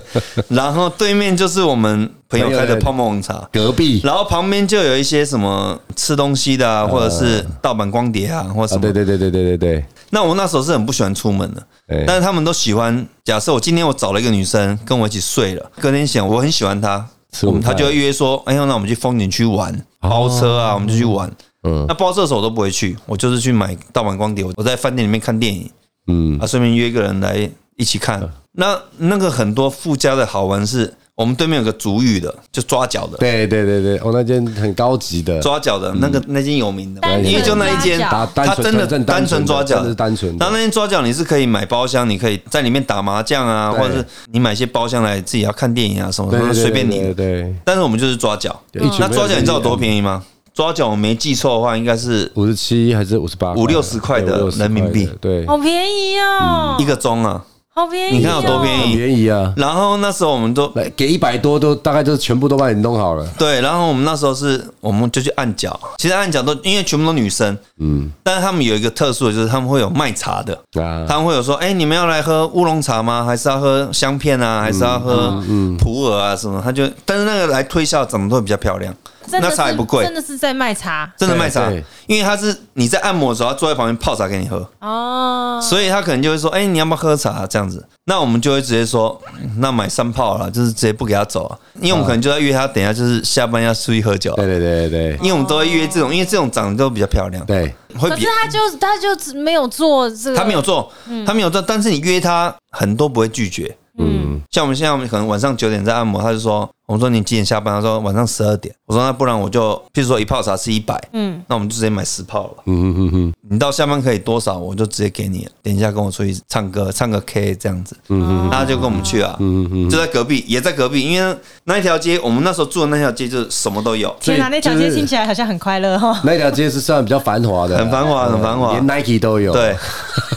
Speaker 1: 然后对面就是我们朋友开的泡沫红茶，
Speaker 3: 隔壁
Speaker 1: 然后旁边就有一些什么吃东西的啊，或者是盗版光碟啊，或什
Speaker 3: 啊，
Speaker 1: 么
Speaker 3: 对对对对对对对，哎
Speaker 1: 那我那时候是很不喜欢出门的
Speaker 3: 对，
Speaker 1: 但是他们都喜欢。假设我今天我找了一个女生跟我一起睡了，隔天想我很喜欢她，
Speaker 3: 吃
Speaker 1: 我
Speaker 3: 午
Speaker 1: 们她
Speaker 3: 饭
Speaker 1: 就会约说，哎呀，那我们去风景区玩，包车啊，我们就去玩。
Speaker 3: 哦嗯
Speaker 1: 那包车的时候我都不会去，我就是去买盗版光碟，我在饭店里面看电影，
Speaker 3: 嗯
Speaker 1: 啊，顺便约一个人来一起看。那那个很多附加的好玩是，我们对面有个主语的，就抓脚的，
Speaker 3: 对对对对，哦，那间很高级的，
Speaker 1: 抓脚的那个那间有名的，
Speaker 2: 单
Speaker 3: 纯
Speaker 1: 因为就那一间
Speaker 2: 抓脚，
Speaker 3: 打单
Speaker 1: 他
Speaker 3: 纯
Speaker 1: 真的
Speaker 3: 真的
Speaker 1: 单纯抓
Speaker 3: 真
Speaker 1: 脚
Speaker 3: 的是，单纯的
Speaker 1: 那那天抓脚你是可以买包厢，你可以在里面打麻将啊，
Speaker 3: 对
Speaker 1: 或者是你买一些包厢来自己要看电影啊什么
Speaker 3: 对对
Speaker 1: 的，
Speaker 3: 对
Speaker 1: 随便
Speaker 3: 对
Speaker 1: 你。
Speaker 3: 对，
Speaker 1: 但是我们就是抓脚，
Speaker 3: 对一群
Speaker 1: 那
Speaker 3: 没有
Speaker 1: 抓脚你知道有
Speaker 3: 人
Speaker 1: 多便宜吗？抓脚我没记错的话，应该是
Speaker 3: 五十七还是五十八，
Speaker 1: 五六十块的
Speaker 3: 对五六十
Speaker 1: 人民币
Speaker 3: 块的对，
Speaker 2: 好便宜哦，
Speaker 1: 一个钟啊。
Speaker 2: 好便宜，哦
Speaker 1: 你看有多便宜
Speaker 3: 很便宜啊，
Speaker 1: 然后那时候我们都
Speaker 3: 来给一百多都大概就是全部都帮你弄好了，
Speaker 1: 对，然后我们那时候是我们就去按脚，其实按脚都因为全部都女生，嗯，但是他们有一个特殊的就是他们会有卖茶的，
Speaker 3: 啊，
Speaker 1: 他们会有说，哎、你们要来喝乌龙茶吗？还是要喝香片啊？还是要
Speaker 3: 嗯
Speaker 1: 喝普洱啊什么？他就，但是那个来推销怎么都会比较漂亮，
Speaker 2: 真的
Speaker 1: 那
Speaker 2: 是
Speaker 1: 茶也不贵
Speaker 2: 真，的是在卖茶
Speaker 1: 真的卖茶
Speaker 3: 对对，
Speaker 1: 因为他是你在按摩的时候，他坐在旁边泡茶给你喝，
Speaker 2: 哦。
Speaker 1: 所以他可能就会说，哎、你要不要喝茶？这样子，那我们就会直接说，嗯那买三泡了，就是直接不给他走啊，因为我们可能就要约他，等一下就是下班要出去喝酒啊，
Speaker 3: 对对对对
Speaker 1: 因为我们都会约这种，因为这种长得都比较漂亮，
Speaker 3: 对，
Speaker 1: 会
Speaker 2: 可
Speaker 1: 比
Speaker 2: 是他就他就没有做这个，
Speaker 1: 他没有做，他没有做，但是你约他很多不会拒绝。
Speaker 2: 嗯，
Speaker 1: 像我们现在，我们可能晚上九点在按摩，他就说我说你几点下班？他说晚上十二点。我说那不然我就，譬如说一泡茶是一百，
Speaker 2: 嗯
Speaker 1: 嗯，那我们就直接买十泡了。
Speaker 3: 嗯嗯嗯嗯
Speaker 1: 你到下班可以多少，我就直接给你了。等一下跟我出去唱歌，唱个 K 这样子，嗯，他就跟我们去啊，
Speaker 3: 嗯嗯，
Speaker 1: 就在隔壁，也在隔壁，因为那一条街，我们那时候住的那条街就是什么都有，
Speaker 3: 所以
Speaker 2: 天哪，那条街
Speaker 3: 就是
Speaker 2: 听起来好像很快乐哦哈。
Speaker 3: 那条街是算比较繁华的，
Speaker 1: 很繁华很繁华
Speaker 3: 连 Nike 都有。
Speaker 1: 啊对，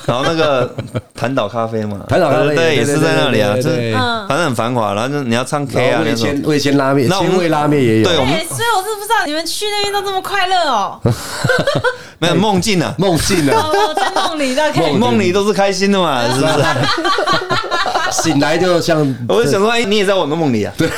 Speaker 1: 然后那 个弹岛咖啡嘛，
Speaker 3: 弹岛咖啡
Speaker 1: 对对，
Speaker 3: 也
Speaker 1: 也
Speaker 3: 对
Speaker 1: 是在那里啊，
Speaker 3: 对
Speaker 1: 就
Speaker 3: 对对
Speaker 1: 是
Speaker 2: 嗯
Speaker 1: 反正很繁华，然后就你要唱 K
Speaker 3: 然
Speaker 1: 啊
Speaker 3: 后
Speaker 1: 那
Speaker 3: 味
Speaker 1: 种
Speaker 3: 千，味千拉面，
Speaker 1: 那我们
Speaker 3: 千味拉面也 有。
Speaker 1: 对我们
Speaker 2: 哎，所以我是不知道你们去那边都这么快 乐哦，
Speaker 1: 没有梦境啊，
Speaker 3: 梦 境啊，
Speaker 2: 我在梦 里在看。
Speaker 1: 梦里都是开心的嘛，是不是？
Speaker 3: 醒来就像
Speaker 1: 我就想说，哎，你也在我的梦里啊，对，
Speaker 2: 你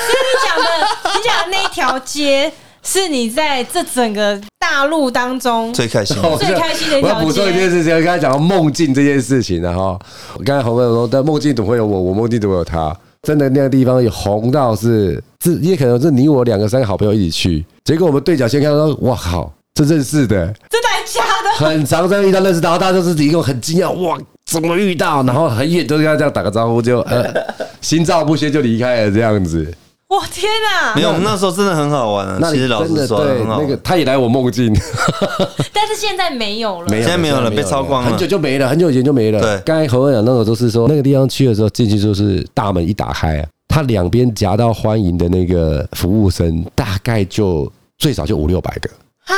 Speaker 2: 讲的，你讲的那一条街是你在这整个大陆当中
Speaker 1: 最开心的。
Speaker 3: 我
Speaker 2: 最开心的一条街
Speaker 3: 哦我要补充一件事情，刚才讲到梦境这件事情了啊哈。我刚才红哥有说，但梦境总会有我，我梦境总会有他。真的那个地方有红到是，是也可能是你我两个三个好朋友一起去，结果我们对角线看到，哇靠，这认识的，
Speaker 2: 真的还假的？
Speaker 3: 很常在遇到认识到，然后大家就是一个很惊讶，哇，怎么遇到？然后很远都跟他这样打个招呼，就呃，心照不宣就离开了这样子。
Speaker 2: 我天哪
Speaker 1: 没！有，我们那时候真的很好玩啊。
Speaker 3: 那
Speaker 1: 其
Speaker 3: 你
Speaker 1: 实老
Speaker 3: 真的
Speaker 1: 实说，
Speaker 3: 对
Speaker 1: 很好
Speaker 3: 那
Speaker 1: 玩
Speaker 3: 个。他也来我 梦境，
Speaker 2: 但是现在没有了，
Speaker 3: 没有，
Speaker 1: 现在没有了被烧光了
Speaker 3: 很久就没了，很久以前就没了。
Speaker 1: 对
Speaker 3: 刚才侯文讲那个都是说，那个地方去的时候进去就是大门一打开啊，它两边夹到欢迎的那个服务生，大概就最少就五六百个
Speaker 2: 啊。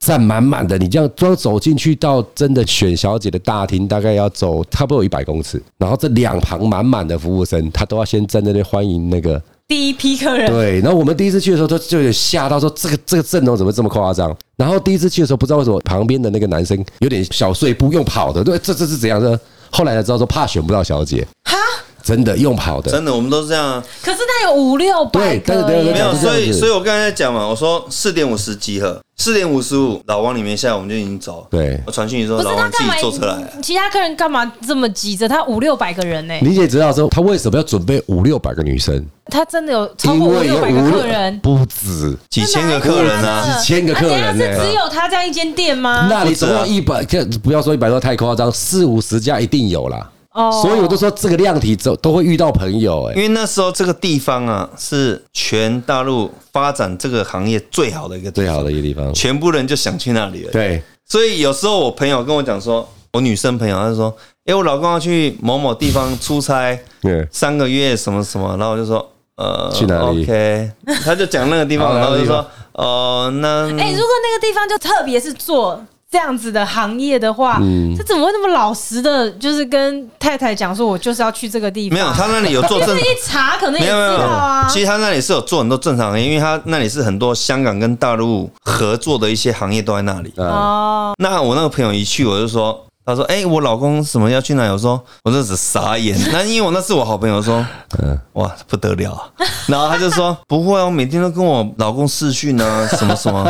Speaker 3: 站满满的，你这样光走进去到真的选小姐的大厅，大概要走差不多有一百公尺，然后这两旁满满的服务生，他都要先站在那边欢迎那个
Speaker 2: 第一批客人
Speaker 3: 对，然后我们第一次去的时候，就就有点吓到，说这个这个阵容怎么这么夸张？然后第一次去的时候，不知道为什么旁边的那个男生有点小碎步，用跑的，对，这这是怎样的？后来才知道说怕选不到小姐，
Speaker 2: 哈，
Speaker 3: 真的用跑的，
Speaker 1: 真的，我们都是这样啊。
Speaker 2: 可是那有五六百
Speaker 3: 对但是
Speaker 2: 个
Speaker 3: 对对
Speaker 1: 没
Speaker 2: 耶，
Speaker 1: 有，
Speaker 3: 是这样
Speaker 1: 所以
Speaker 3: 子
Speaker 1: 所以我刚才在讲嘛，我说四点五十集合，四点五十五老王你没下来，我们就已经走。
Speaker 3: 对
Speaker 1: 我传讯息
Speaker 2: 不
Speaker 1: 说
Speaker 2: 是
Speaker 1: 老
Speaker 2: 他
Speaker 1: 王自
Speaker 2: 干嘛
Speaker 1: 己坐车来啊，？
Speaker 2: 其他客人干嘛这么急着？他五六百个人呢，欸
Speaker 3: 你也知道说他为什么要准备五六百个女生，
Speaker 2: 他真的有超
Speaker 3: 因
Speaker 2: 过五
Speaker 3: 为有
Speaker 2: 六百个
Speaker 3: 五
Speaker 2: 客人。
Speaker 3: 不止。
Speaker 1: 几千个客人啊，
Speaker 3: 几千个客人呢
Speaker 2: 啊等一下是只有他这样一间店吗？
Speaker 3: 那里
Speaker 1: 不止
Speaker 3: 总
Speaker 1: 啊
Speaker 3: 共一百，这不要说一百多太夸张，四五十家一定有啦。
Speaker 2: 哦嗯
Speaker 3: 所以我都说这个量体都都会遇到朋友，哎
Speaker 1: 因，为那时候这个地方啊是全大陆发展这个行业最好的一个地
Speaker 3: 最
Speaker 1: 方
Speaker 3: 好的一个地方。
Speaker 1: 全部人就想去那里了。
Speaker 3: 对，
Speaker 1: 所以有时候我朋友跟我讲说，我女生朋友她就说，哎，我老公要去某某地方出差。
Speaker 3: 对，
Speaker 1: 三个月什么什么，然后我就说呃
Speaker 3: 去哪里
Speaker 1: ？OK，他 就讲那个地
Speaker 3: 好
Speaker 1: 方，然后我就
Speaker 3: 哪个
Speaker 1: 说哦，那
Speaker 2: 哎、如果那个地方就特别是做这样子的行业的话，
Speaker 3: 嗯
Speaker 2: 这怎么会那么老实的，就是跟太太讲说，我就是要去这个地方？
Speaker 1: 没有，他那里有做
Speaker 2: 这
Speaker 1: 正。
Speaker 2: 一查可能 也
Speaker 1: 没
Speaker 2: 知
Speaker 1: 有没有，没
Speaker 2: 道
Speaker 1: 有
Speaker 2: 啊。
Speaker 1: 其实他那里是有做很多正常行业，因为他那里是很多香港跟大陆合作的一些行业都在那里。
Speaker 3: 啊，
Speaker 2: 哦，
Speaker 1: 那我那个朋友一去，我就说，他说：“哎、我老公什么要去哪里？”我说：“我这是傻眼。” 那因为我那是我好朋友说，
Speaker 3: 嗯
Speaker 1: 哇，不得了啊！ 然后他就说：“不会啊，我每天都跟我老公视讯 啊，什么什么，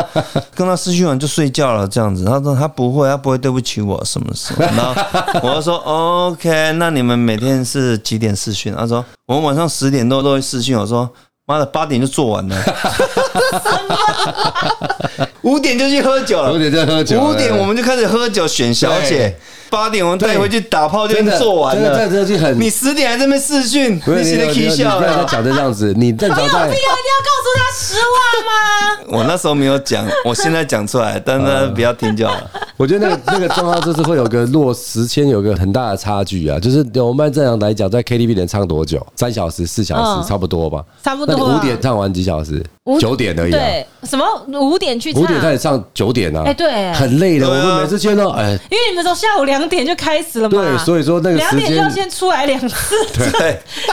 Speaker 1: 跟他视讯完就睡觉了，这样子。”他说：“他不会，他不会对不起我什么 什么。”然后我就说：“OK，那你们每天是几点视讯？”他说：“我们晚上十点多都会视讯。”我说。妈的，八点就做完了， 五点就去喝酒了，
Speaker 3: 五点在喝酒，
Speaker 1: 五点我们就开始喝酒选小姐
Speaker 3: 对，
Speaker 1: 八点我们带回去打炮就已经做完
Speaker 3: 真的
Speaker 1: 了。
Speaker 3: 真的就很
Speaker 1: 你十点还在那边视讯，
Speaker 3: 不是
Speaker 1: 你现在 K 笑啊
Speaker 3: 你不要
Speaker 1: 了
Speaker 3: 再。讲这样子，你正
Speaker 2: 你
Speaker 3: 常
Speaker 2: 有必要一
Speaker 3: 在
Speaker 2: 定要告诉他实话吗？
Speaker 1: 我那时候没有讲，我现在讲出来，但是不要听就好
Speaker 2: 啊
Speaker 1: 了。
Speaker 3: 我觉得那个那个状况就是会有个落时间有个很大的差距啊，就是我们正常来讲，在 KTV 能唱多久？三小时、四小
Speaker 2: 嗯
Speaker 3: 时，差不多吧？
Speaker 2: 差不多
Speaker 3: 那你
Speaker 2: 啊
Speaker 3: 五点唱完几小时
Speaker 2: 五？
Speaker 3: 九点而已啊。
Speaker 2: 对，什么五点去唱？
Speaker 3: 五点开始唱，九点啊。
Speaker 2: 哎对
Speaker 3: 很累的。我
Speaker 1: 对啊
Speaker 3: 们每次见到，哎，
Speaker 2: 因为你们从下午两点就开始了嘛，
Speaker 3: 对，所以说那个
Speaker 2: 两
Speaker 3: 时
Speaker 2: 点就
Speaker 3: 间
Speaker 2: 要，先出来两次，
Speaker 1: 对，
Speaker 2: 那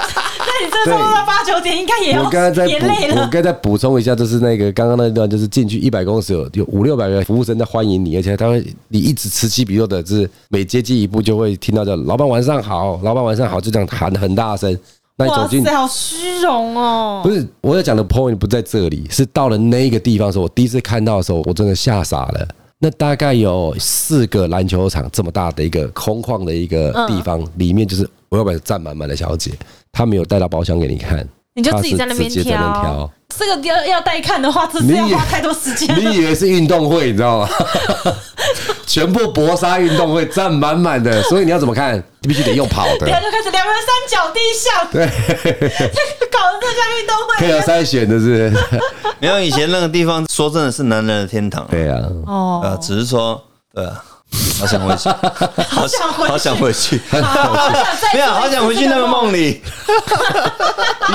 Speaker 2: 你这差不多到八九点应该也要
Speaker 3: 我刚刚在
Speaker 2: 也
Speaker 3: 补，
Speaker 2: 累
Speaker 3: 我
Speaker 2: 了
Speaker 3: 刚。刚再补充一下，就是那个刚刚那段，就是进去一百公尺有有五六百个服务生在欢迎你，而且他会你一直此起彼落的，就是每接近一步就会听到叫“老板晚上好，老板晚上好”，就这样喊得很大声。那你走
Speaker 2: 哇
Speaker 3: 进
Speaker 2: 塞，好虚荣哦！
Speaker 3: 不是我要讲的 point 不在这里，是到了那个地方的时候，我第一次看到的时候，我真的吓傻了。那大概有四个篮球场这么大的一个空
Speaker 2: 嗯
Speaker 3: 旷的一个地方，里面就是五六百站满满的小姐，她没有带到包厢给你看。
Speaker 2: 你就
Speaker 3: 他
Speaker 2: 自己
Speaker 3: 是
Speaker 2: 在那边
Speaker 3: 直接在那边挑
Speaker 2: 这个要要带看的话，这是要
Speaker 3: 你也
Speaker 2: 花太多时间了
Speaker 3: 你。以为是运动会，你知道吗？ 全部搏杀运动会，站满满的，所以你要怎么看？必须得用跑的
Speaker 2: 等一， 下就开始两人三角定向，
Speaker 3: 对，
Speaker 2: 这个搞得这项运动
Speaker 3: 可以
Speaker 2: 会
Speaker 3: 有筛选的是，
Speaker 1: 没有以前那个地方，说真的是男人的天堂啊，
Speaker 3: 对啊，
Speaker 1: 呃，
Speaker 2: 哦，
Speaker 1: 只是说，呃，好想回 去，好
Speaker 2: 想回去
Speaker 1: 好想回去，
Speaker 2: 好好想再
Speaker 1: 没有，
Speaker 2: 做一
Speaker 1: 好
Speaker 2: 次
Speaker 1: 想回去
Speaker 2: 这
Speaker 1: 那
Speaker 2: 个
Speaker 1: 个梦里。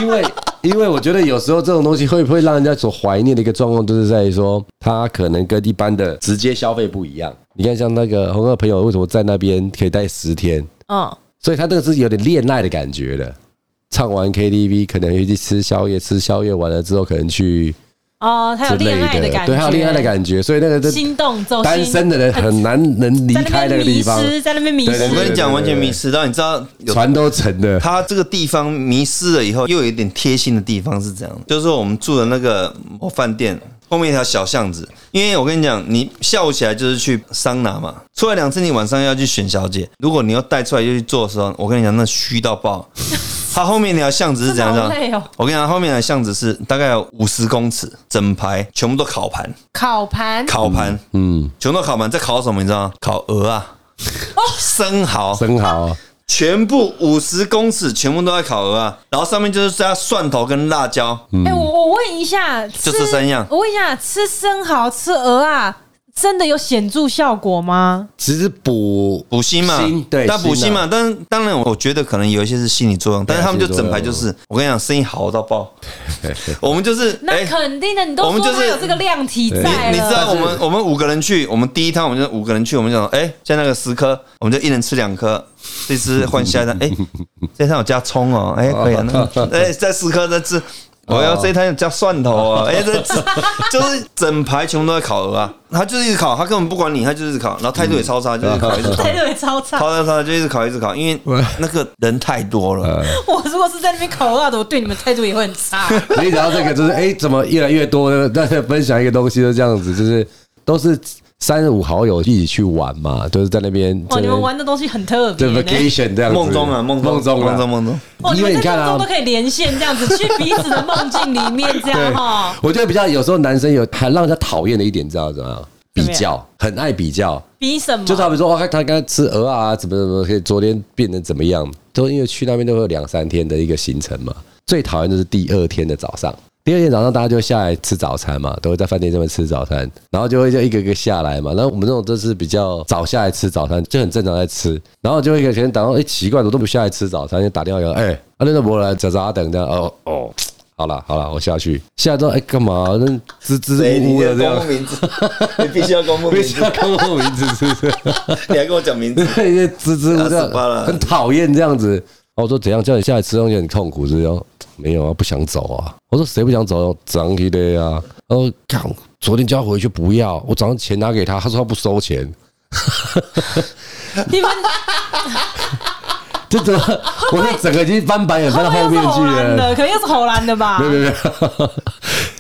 Speaker 3: 因为因为我觉得有时候这种东西会不会让人家所怀念的一个状况，就是在于说，它可能跟一般的直接消费不一样。你看，像那个红二朋友，为什么在那边可以待十天？
Speaker 2: 嗯，
Speaker 3: 所以他那个是有点恋爱的感觉的。唱完 KTV 可能会去吃宵夜，吃宵夜完了之后可能去
Speaker 2: 哦，他有
Speaker 3: 之类
Speaker 2: 恋爱的感觉，
Speaker 3: 对，还有恋爱的感觉，所以那个是
Speaker 2: 心动哦走心，
Speaker 3: 单身的人很难能离
Speaker 2: 在
Speaker 3: 开
Speaker 2: 那
Speaker 3: 那
Speaker 2: 边
Speaker 3: 个
Speaker 2: 迷
Speaker 3: 地方，
Speaker 2: 失，在那边迷
Speaker 3: 对对
Speaker 1: 我
Speaker 3: 对
Speaker 2: 失，
Speaker 1: 跟你讲，完全迷失到，你知道有
Speaker 3: 船都沉的。
Speaker 1: 它这个地方迷失了以后，又有一点贴心的地方是这样，就是说我们住的那个某饭店后面一条小巷子，因为我跟你讲，你下午起来就是去桑拿嘛，出来两次，你晚上要去选小姐，如果你要带出来就去做的时候，我跟你讲，那虚到 爆。它后面那条巷子是怎样？
Speaker 2: 真
Speaker 1: 这
Speaker 2: 的好累
Speaker 1: 样
Speaker 2: 哦
Speaker 1: 我跟你讲，后面那条巷子是大概有五十公尺，整排全部都烤盘，
Speaker 2: 烤盘，
Speaker 1: 烤盘，
Speaker 3: 嗯，
Speaker 1: 全部都烤盘，在烤什么？你知道吗？烤鹅啊，
Speaker 2: 哦
Speaker 1: 生蚝，
Speaker 3: 真好，
Speaker 1: 全部五十公尺全部都在烤鹅啊，然后上面就是加蒜头跟辣椒，
Speaker 2: 哎、我我问一下，
Speaker 1: 嗯就
Speaker 2: 吃
Speaker 1: 这三样
Speaker 2: 我问一下，吃生蚝、吃鹅啊，真的有显著效果吗？
Speaker 3: 只是补
Speaker 1: 补心嘛
Speaker 3: 心，对
Speaker 1: 但补心
Speaker 3: 心
Speaker 1: 嘛，但是当然我觉得可能有一些是啊心理作用，但是他们就整排就是，我跟你讲，生意好到 爆，我们就是哎
Speaker 2: 那肯定的，你都
Speaker 1: 我
Speaker 2: 说
Speaker 1: 们就
Speaker 2: 它
Speaker 1: 是
Speaker 2: 有这个量体在了，
Speaker 1: 你你知道 我们我们五个人去，我们第一趟我们就五个人去，我们就想，哎、现在那个十颗，我们就一人吃两颗，这次换下一趟，哎、这趟有加葱哦， 哎、可以啊，那哎、再四颗再吃。
Speaker 3: 哦
Speaker 1: 我要这一摊有加蒜头哦， 哎、这这就是整排全部都在烤鹅啊，他就是一直烤，他根本不管你，他就是一直烤，然后态度也超
Speaker 3: 嗯
Speaker 1: 差，就是烤一直烤，
Speaker 2: 态度也超差。
Speaker 1: 烤烤烤就一直烤一直烤，因为那个人太多了，
Speaker 2: 我如果是在那边烤鹅的，我对你们态度也会很 差。
Speaker 3: 所以讲到这个，就是哎、诶怎么越来越多呢？大家分享一个东西，就这样子，就是都是三五好友一起去玩嘛，就是在那边
Speaker 2: 哦，你们玩的东西很特别
Speaker 3: 这
Speaker 2: 呢、
Speaker 3: vacation 这样子，
Speaker 1: 梦中啊梦中
Speaker 3: 梦中啊
Speaker 1: 梦中梦中，
Speaker 2: 哦，你
Speaker 3: 因为
Speaker 2: 们
Speaker 3: 你
Speaker 2: 在
Speaker 3: 看
Speaker 2: 梦中
Speaker 3: 啊
Speaker 2: 都。可以连线这样子，去彼此的梦境里面 这样哈，
Speaker 3: 我觉得比较有时候男生有很让人家讨厌的一点，你知道怎么样？比较很爱比较，
Speaker 2: 比什么？
Speaker 3: 就是他们说哦，他刚刚吃鹅啊，怎么怎么，可以昨天变得怎么样？都因为去那边都会有两三天的一个行程嘛。最讨厌就是第二天的早上，第二天早上大家就下来吃早餐嘛，都会在饭店这边吃早餐，然后就会就一个一个下来嘛。然后我们这种都是比较早下来吃早餐，就很正常在吃，然后就会有人打到，哎、奇怪，我都不下来吃早餐，就打电话给我，哎、阿伦的伯来，早早等这样，哦哦。好了好了，我下去。下周哎干嘛？那支支吾吾的这样，
Speaker 1: 名字， 你必须要公布
Speaker 3: 为什么要跟我名字是不是？
Speaker 1: 你还跟我讲 名字，
Speaker 3: 那些支支吾吾
Speaker 1: 打死巴了
Speaker 3: 的，很讨厌这样子。哦然后我说怎样叫你下来吃东西很痛苦是不是？然后没有啊，不想走啊。我说谁不想走？张一的啊。然后看昨天叫他回去不要，我早上钱拿给他，他说他不收钱。
Speaker 2: 你们
Speaker 3: 这怎么？我说整个已经翻白眼翻到后面
Speaker 2: 又是
Speaker 3: 去
Speaker 2: 荷兰
Speaker 3: 了
Speaker 2: 的，。可能又是荷兰的吧？
Speaker 3: 没有没有没有，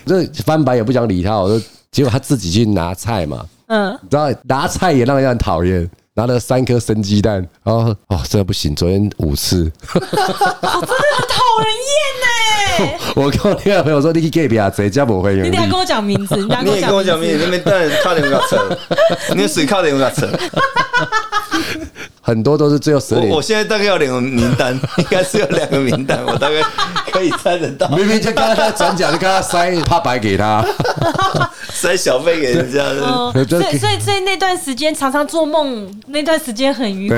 Speaker 3: 这翻白眼不想理他。我说结果他自己去拿菜嘛，
Speaker 2: 嗯，
Speaker 3: 你知道拿菜也让人家很讨厌。拿了三颗生鸡蛋，然后哦，这不行，昨天五次。
Speaker 2: 讨人厌 呢、
Speaker 3: 我跟我另外朋友说，你去 gay 比啊，谁家不会有
Speaker 2: 你
Speaker 3: 力
Speaker 2: 等一下跟我讲名字，你 等一下
Speaker 1: 你也跟
Speaker 2: 我
Speaker 1: 我
Speaker 2: 讲
Speaker 1: 讲
Speaker 2: 名
Speaker 1: 名字，
Speaker 2: 字。
Speaker 1: 那边当然差点我给扯，你的水差点我给 扯。
Speaker 3: 很多都是最后十
Speaker 1: 我
Speaker 3: 点
Speaker 1: 我。现在大概有两个名单， 应该是有两个名单，我大概可以猜得到，
Speaker 3: 明明就刚刚在转角，就跟他塞怕白给他，
Speaker 1: 塞小费给人家的。
Speaker 2: 哦，所以所以所以那段时间常常做梦，那段时间很愉快。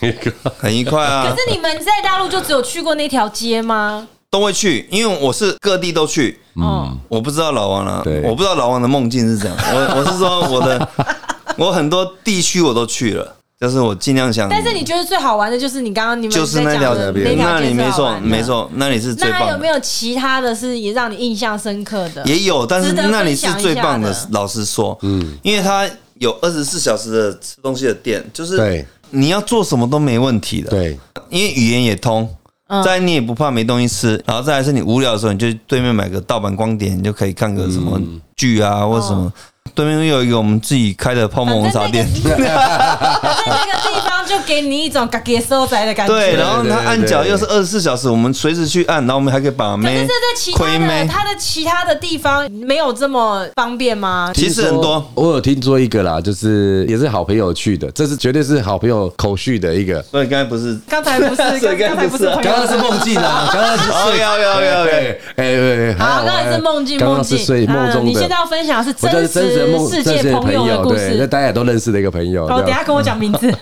Speaker 3: 对对对，
Speaker 1: 很愉快啊
Speaker 2: 可，是你们在大陆就只有去过那条街吗？
Speaker 1: 都会去，因为我是各地都去。
Speaker 2: 嗯，
Speaker 1: 我不知道老王啊
Speaker 3: 对，
Speaker 1: 我不知道老王的梦境是怎样。我我是说我 的，我很多地区我都去了，就是我尽量想。
Speaker 2: 但是你觉得最好玩的就是你刚刚你们
Speaker 1: 就是
Speaker 2: 在
Speaker 1: 那
Speaker 2: 讲
Speaker 1: 条
Speaker 2: 的
Speaker 1: 街那
Speaker 2: 那条街
Speaker 1: 里没
Speaker 2: 最好
Speaker 1: 错
Speaker 2: 玩的
Speaker 1: 没。错，那里是最
Speaker 2: 那还有
Speaker 1: 棒
Speaker 2: 没
Speaker 1: 的。
Speaker 2: 有其他的是也让你印象深刻的？
Speaker 1: 也有，但是
Speaker 2: 值得
Speaker 1: 那里是
Speaker 2: 分享一
Speaker 1: 最
Speaker 2: 下
Speaker 1: 棒的
Speaker 2: 的。
Speaker 1: 老实说，嗯，因为它有二十四小时的吃东西的店，就是
Speaker 3: 对
Speaker 1: 你要做什么都没问题的。
Speaker 3: 对，
Speaker 1: 因为语言也通，
Speaker 2: 嗯
Speaker 1: 再来你也不怕没东西吃，然后嗯再来是你无聊的时候，你就对面买个盗版光碟，你就可以看个什么剧啊，或者什么。对面又有一个我们自己开的泡沫红茶店，
Speaker 2: 哦反正那个哦那个地方就给你一种嘎给收宅的感 觉。
Speaker 1: 对，然后
Speaker 3: 对对
Speaker 1: 它
Speaker 3: 对
Speaker 1: 按
Speaker 3: 对
Speaker 1: 脚又
Speaker 3: 对
Speaker 1: 是二十四小时，我们随时去按，然后我们还可以把
Speaker 2: 可是
Speaker 1: 妹
Speaker 2: 这在其他
Speaker 1: 亏
Speaker 2: 的，
Speaker 1: 妹，
Speaker 2: 它的其他的地方没有这么方便吗？
Speaker 1: 其实很多。
Speaker 3: 我有听说一个啦，就是也是好朋友去的，这是绝对是好朋友口序的一个。
Speaker 1: 所以刚才不是
Speaker 2: 刚才不是，
Speaker 1: 所以
Speaker 2: 刚
Speaker 1: 刚
Speaker 2: 才
Speaker 1: 才
Speaker 2: 不
Speaker 1: 不
Speaker 2: 是
Speaker 1: 是
Speaker 2: 朋
Speaker 3: 刚刚
Speaker 2: 友。
Speaker 3: 是梦境啊，刚刚是
Speaker 1: 哦，
Speaker 3: 睡。
Speaker 1: 有有有有，
Speaker 3: 哎哎哎，还
Speaker 2: 好，
Speaker 3: 好
Speaker 2: 啊刚才是梦境，
Speaker 3: 刚
Speaker 2: 梦
Speaker 3: 刚是
Speaker 2: 境。
Speaker 3: 睡梦
Speaker 2: 啊
Speaker 3: 中的。
Speaker 2: 你现在要分享的是
Speaker 3: 我
Speaker 2: 真
Speaker 3: 这是真实的梦，
Speaker 2: 世
Speaker 3: 真实
Speaker 2: 界
Speaker 3: 的
Speaker 2: 朋友的故
Speaker 3: 对，那
Speaker 2: 事。
Speaker 3: 大家也都认识的一个朋友。
Speaker 2: 好，
Speaker 3: 这
Speaker 2: 等一
Speaker 3: 样
Speaker 2: 下跟我讲名 字。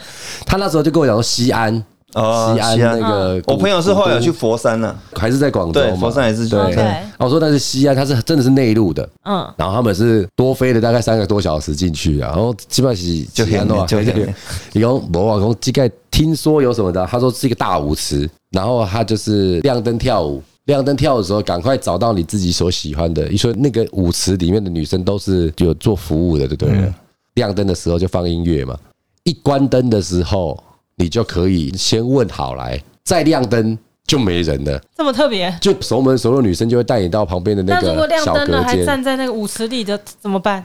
Speaker 3: 他那时候就跟我讲说西安，
Speaker 1: 哦
Speaker 3: 西安
Speaker 1: 西安
Speaker 3: 那个古，
Speaker 1: 我朋友是后来有去
Speaker 3: 古
Speaker 1: 佛山啊了，
Speaker 3: 都，还是在广州
Speaker 1: 对
Speaker 3: 嘛，
Speaker 1: 佛山也是去
Speaker 3: 对。
Speaker 2: OK
Speaker 3: 然后我说那是西安，它是真的是内陆的。
Speaker 2: 嗯，
Speaker 3: 然后他们是多飞了大概三个多小时进去啊，然后基本上是
Speaker 1: 就
Speaker 3: 西安的话，
Speaker 1: 就就
Speaker 3: 你讲某啊，讲大概听说有什么的，他说是一个大舞池，然后他就是亮灯跳舞，亮灯跳舞的时候赶快找到你自己所喜欢的，你说那个舞池里面的女生都是有做服务的，对不对了？亮灯的时候就放音乐嘛，一关灯的时候你就可以先问好来，再亮灯就没人了。
Speaker 2: 这么特别。
Speaker 3: 就熟门熟路的女生就会带你到旁边的那
Speaker 2: 那如果
Speaker 3: 个
Speaker 2: 亮
Speaker 3: 小
Speaker 2: 灯了，
Speaker 3: 隔
Speaker 2: 还
Speaker 3: 间，
Speaker 2: 站在那个舞池里的怎么 办？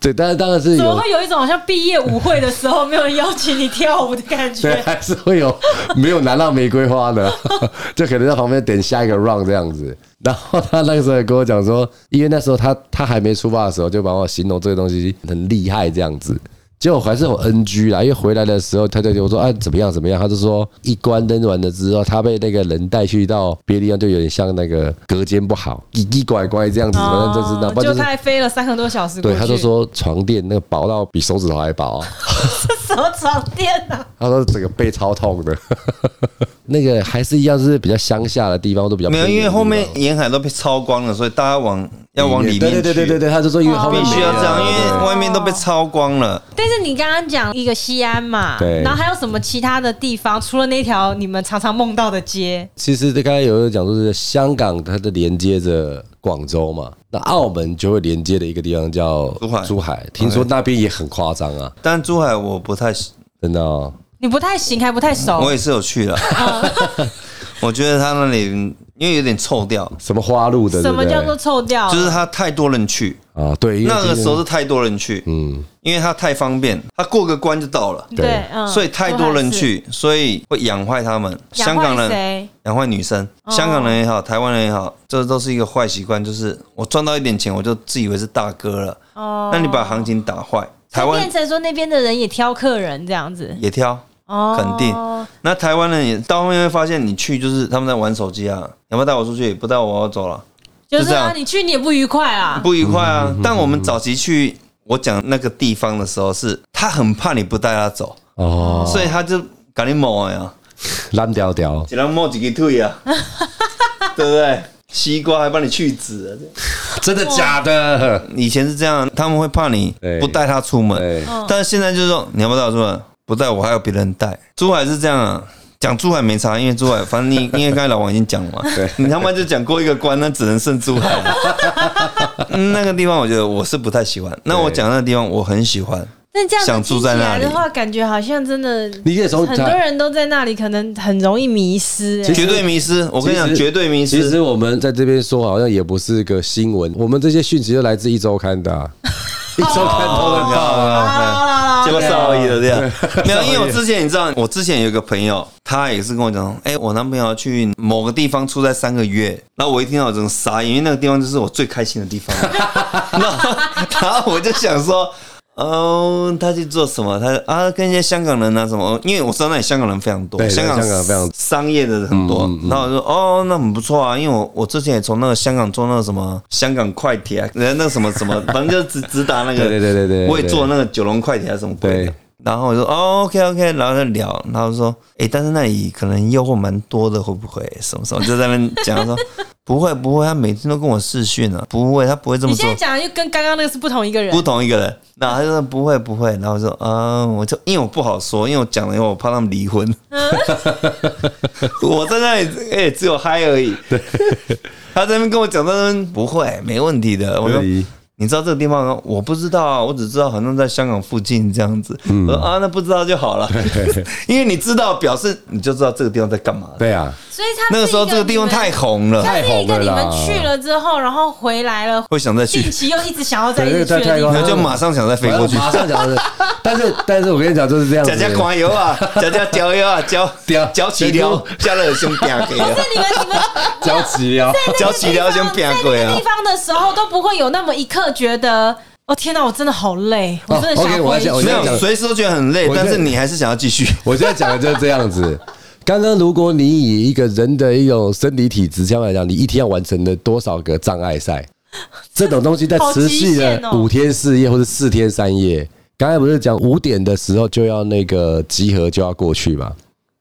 Speaker 3: 对，但是当然是
Speaker 2: 怎么
Speaker 3: 有
Speaker 2: 会有一种好像毕业舞会的时候没有人邀请你跳舞的感
Speaker 3: 对，
Speaker 2: 觉？
Speaker 3: 还是会有没有拿到玫瑰花的， 就可能在旁边等下一个 round 这样子。然后他那个时候也跟我讲说，因为那时候他他还没出发的时候，就把我形容这个东西很厉害这样子。结果还是有 NG 啦，因为回来的时候他就跟我说啊怎么样怎么样，他就说啊一关灯完了之后，他被那个人带去到别的地方，就有点像那个隔间不好，叽叽拐拐这样子，反正就知道，不然
Speaker 2: 哦就
Speaker 3: 就是
Speaker 2: 他还飞了三个多小时过
Speaker 3: 对，
Speaker 2: 去。
Speaker 3: 他就说床垫那个薄到比手指头还 薄、啊
Speaker 2: 什么床垫啊？
Speaker 3: 他说整个背超痛的。 那个还是一样，是比较乡下的地方，都比较
Speaker 1: 没有，
Speaker 3: 偏
Speaker 1: 因
Speaker 3: 远
Speaker 1: 为
Speaker 3: 的
Speaker 1: 后
Speaker 3: 地
Speaker 1: 面
Speaker 3: 方
Speaker 1: 沿海都被抄光了，所以大家往要往里面
Speaker 3: 对对对对对
Speaker 1: 去，哦
Speaker 3: 对，他就说因为后面
Speaker 1: 必须要这样，
Speaker 3: 没有
Speaker 1: 因为外面都被抄光了。
Speaker 2: 但是你刚刚讲一个西安嘛，
Speaker 3: 对
Speaker 2: 然后还有什么其他的地方？除了那条你们常常梦到的街，
Speaker 3: 其实刚才有人讲说是香港，它的连接着广州嘛，那澳门就会连接的一个地方叫
Speaker 1: 珠海
Speaker 3: 珠海，听说那边也很夸张啊，
Speaker 1: 但珠海我不太，
Speaker 3: 真的、哦。
Speaker 2: 你不太行，还不太熟
Speaker 1: 我。也是有去的，我觉得他那里因为有点臭掉，
Speaker 3: 什么花路的，
Speaker 2: 什么
Speaker 3: 对不对
Speaker 2: 叫做臭掉？
Speaker 1: 就是他太多人去，
Speaker 3: 啊？对，因为
Speaker 1: 那个
Speaker 3: 今天
Speaker 1: 时候是太多人去，
Speaker 3: 嗯，
Speaker 1: 因为它太方便，它过个关就到了。
Speaker 2: 对
Speaker 3: 对，
Speaker 2: 嗯，
Speaker 1: 所以太多人去，所以会养坏他们。
Speaker 2: 养
Speaker 1: 香港
Speaker 2: 坏
Speaker 1: 人
Speaker 2: 谁
Speaker 1: 养坏女生，香港人也好，台湾人也好，这都是一个坏习惯，就是我赚到一点钱，我就自以为是大哥了。
Speaker 2: 哦，
Speaker 1: 那你把行情打坏，台
Speaker 2: 就
Speaker 1: 湾
Speaker 2: 变成说那边的人也挑客人这样子。
Speaker 1: 也挑。
Speaker 2: 哦，
Speaker 1: 肯定那台湾人也到后面会发现，你去就是他们在玩手机啊，要不要带我出去？不带我我要走了，
Speaker 2: 就是
Speaker 1: 就这
Speaker 2: 啊，
Speaker 1: 样
Speaker 2: 你去你也不愉快啊。
Speaker 1: 不愉快啊。但我们早期去我讲那个地方的时候是，他很怕你不带他走，
Speaker 3: 哦，
Speaker 1: 所以他就赶紧摸呀，
Speaker 3: 烂掉掉，
Speaker 1: 一人摸一个腿啊，对不对？西瓜还帮你去籽啊，
Speaker 3: 真的假的？
Speaker 1: 以前是这样，他们会怕你
Speaker 3: 对
Speaker 1: 不带他出门，
Speaker 3: 对，
Speaker 1: 但是现在就是说你要不要带我出门？不带我还有别人带。珠海是这样啊，讲珠海没差，因为珠海反正你因为刚才老王已经讲了 嘛，你他妈就讲过一个关，那只能剩珠海了。嗯那个地方我觉得我是不太喜欢，那我讲那个地方我很喜欢，
Speaker 2: 但这样子
Speaker 1: 想住
Speaker 2: 听起
Speaker 1: 在那
Speaker 2: 来
Speaker 1: 里
Speaker 2: 的话，感觉好像真的
Speaker 3: 你也从
Speaker 2: 很多人都在那里，可能很容易迷失、欸。
Speaker 1: 绝对迷失。我跟你
Speaker 3: 其
Speaker 1: 讲，
Speaker 3: 实
Speaker 1: 绝对迷
Speaker 3: 其
Speaker 1: 失。
Speaker 3: 实我们在这边说，好像也不是个新闻，我们这些讯息就来自一周刊的、 啊，一周刊都能到啊。
Speaker 1: 啊，结果少而已了这样。没有，因为我之前你知道，我之前有一个朋友，他也是跟我讲，哎、我男朋友要去某个地方出差三个月，然后我一听到我整个傻眼，因为那个地方就是我最开心的地方。然后，然后我就想说。哦，他去做什么？他啊，跟一些香港人啊什么？哦因为我知道那里香港人非常多，
Speaker 3: 对对
Speaker 1: 香港
Speaker 3: 香港非常
Speaker 1: 商业的很多。然后我就说哦，那很不错啊，因为我我之前也从那个香港做那个什么香港快铁、啊，人家那个什么什么，反正就直直达那个，
Speaker 3: 对对对对对对
Speaker 1: 我也做那个九龙快铁还是什么鬼的
Speaker 3: 对。
Speaker 1: 然后我就说哦，OK OK，然后就聊，然后说，诶，但是那里可能诱惑蛮多的，会不会什么什么？就在那边讲说， 不会不会，他每天都跟我视讯啊，不会，他不会这
Speaker 2: 你
Speaker 1: 么
Speaker 2: 现
Speaker 1: 做
Speaker 2: 在，讲的就跟刚刚那个是不同一个人
Speaker 1: 不。同一个人。然后他就说不会不会，然后我说嗯，我就因为我不好说，因为我讲了以后我怕他们离婚，我在那里诶，只有嗨而已。他在那边跟我讲，他说不会，没问题的。我说
Speaker 3: 对
Speaker 1: 你知道这个地方吗？我不知道啊，我只知道好像在香港附近这样子。 我说啊，那不知道就好了，因为你知道，表示你就知道这个地方在干嘛了。
Speaker 3: 对啊，
Speaker 2: 所以它
Speaker 1: 那个时候这个地方太红了，
Speaker 2: 它是一个你们
Speaker 3: 太红了啦
Speaker 2: 去了之后，然后回来了，
Speaker 1: 会想再去
Speaker 2: 近，期又一直想要再一
Speaker 3: 对
Speaker 2: 直去的
Speaker 3: 太
Speaker 2: 地
Speaker 3: 高
Speaker 2: 方
Speaker 1: 然后就马上想再飞过去。
Speaker 3: 马上讲 的，但是但是我跟你啊讲就是这样子
Speaker 1: 加，加刮油 啊，加加调油啊，浇
Speaker 3: 调
Speaker 1: 浇起疗，
Speaker 3: 啊
Speaker 1: 加了胸饼给 啊，
Speaker 2: 你们你们
Speaker 3: 交集了，
Speaker 1: 浇起疗
Speaker 2: 在
Speaker 1: 先
Speaker 2: 那
Speaker 1: 饼
Speaker 2: 个
Speaker 1: 鬼啊
Speaker 2: 地。方的时候，都不会有那么一刻觉得，哦天哪，我真的好累，我真的
Speaker 3: 哦
Speaker 2: 想
Speaker 3: ，OK，我
Speaker 2: 回
Speaker 3: 要讲我
Speaker 1: 没
Speaker 2: 去。
Speaker 3: 要
Speaker 1: 有，随时都觉得很累，
Speaker 3: 我觉得
Speaker 1: 但是你还是想要继续。
Speaker 3: 我现在讲的就是这样子。刚刚如果你以一个人的一种生理体质上来讲，你一天要完成了多少个障碍 赛？这种东西在持续了五天四夜或者四天三夜。刚才不是讲五点的时候就要那个集合就要过去嘛？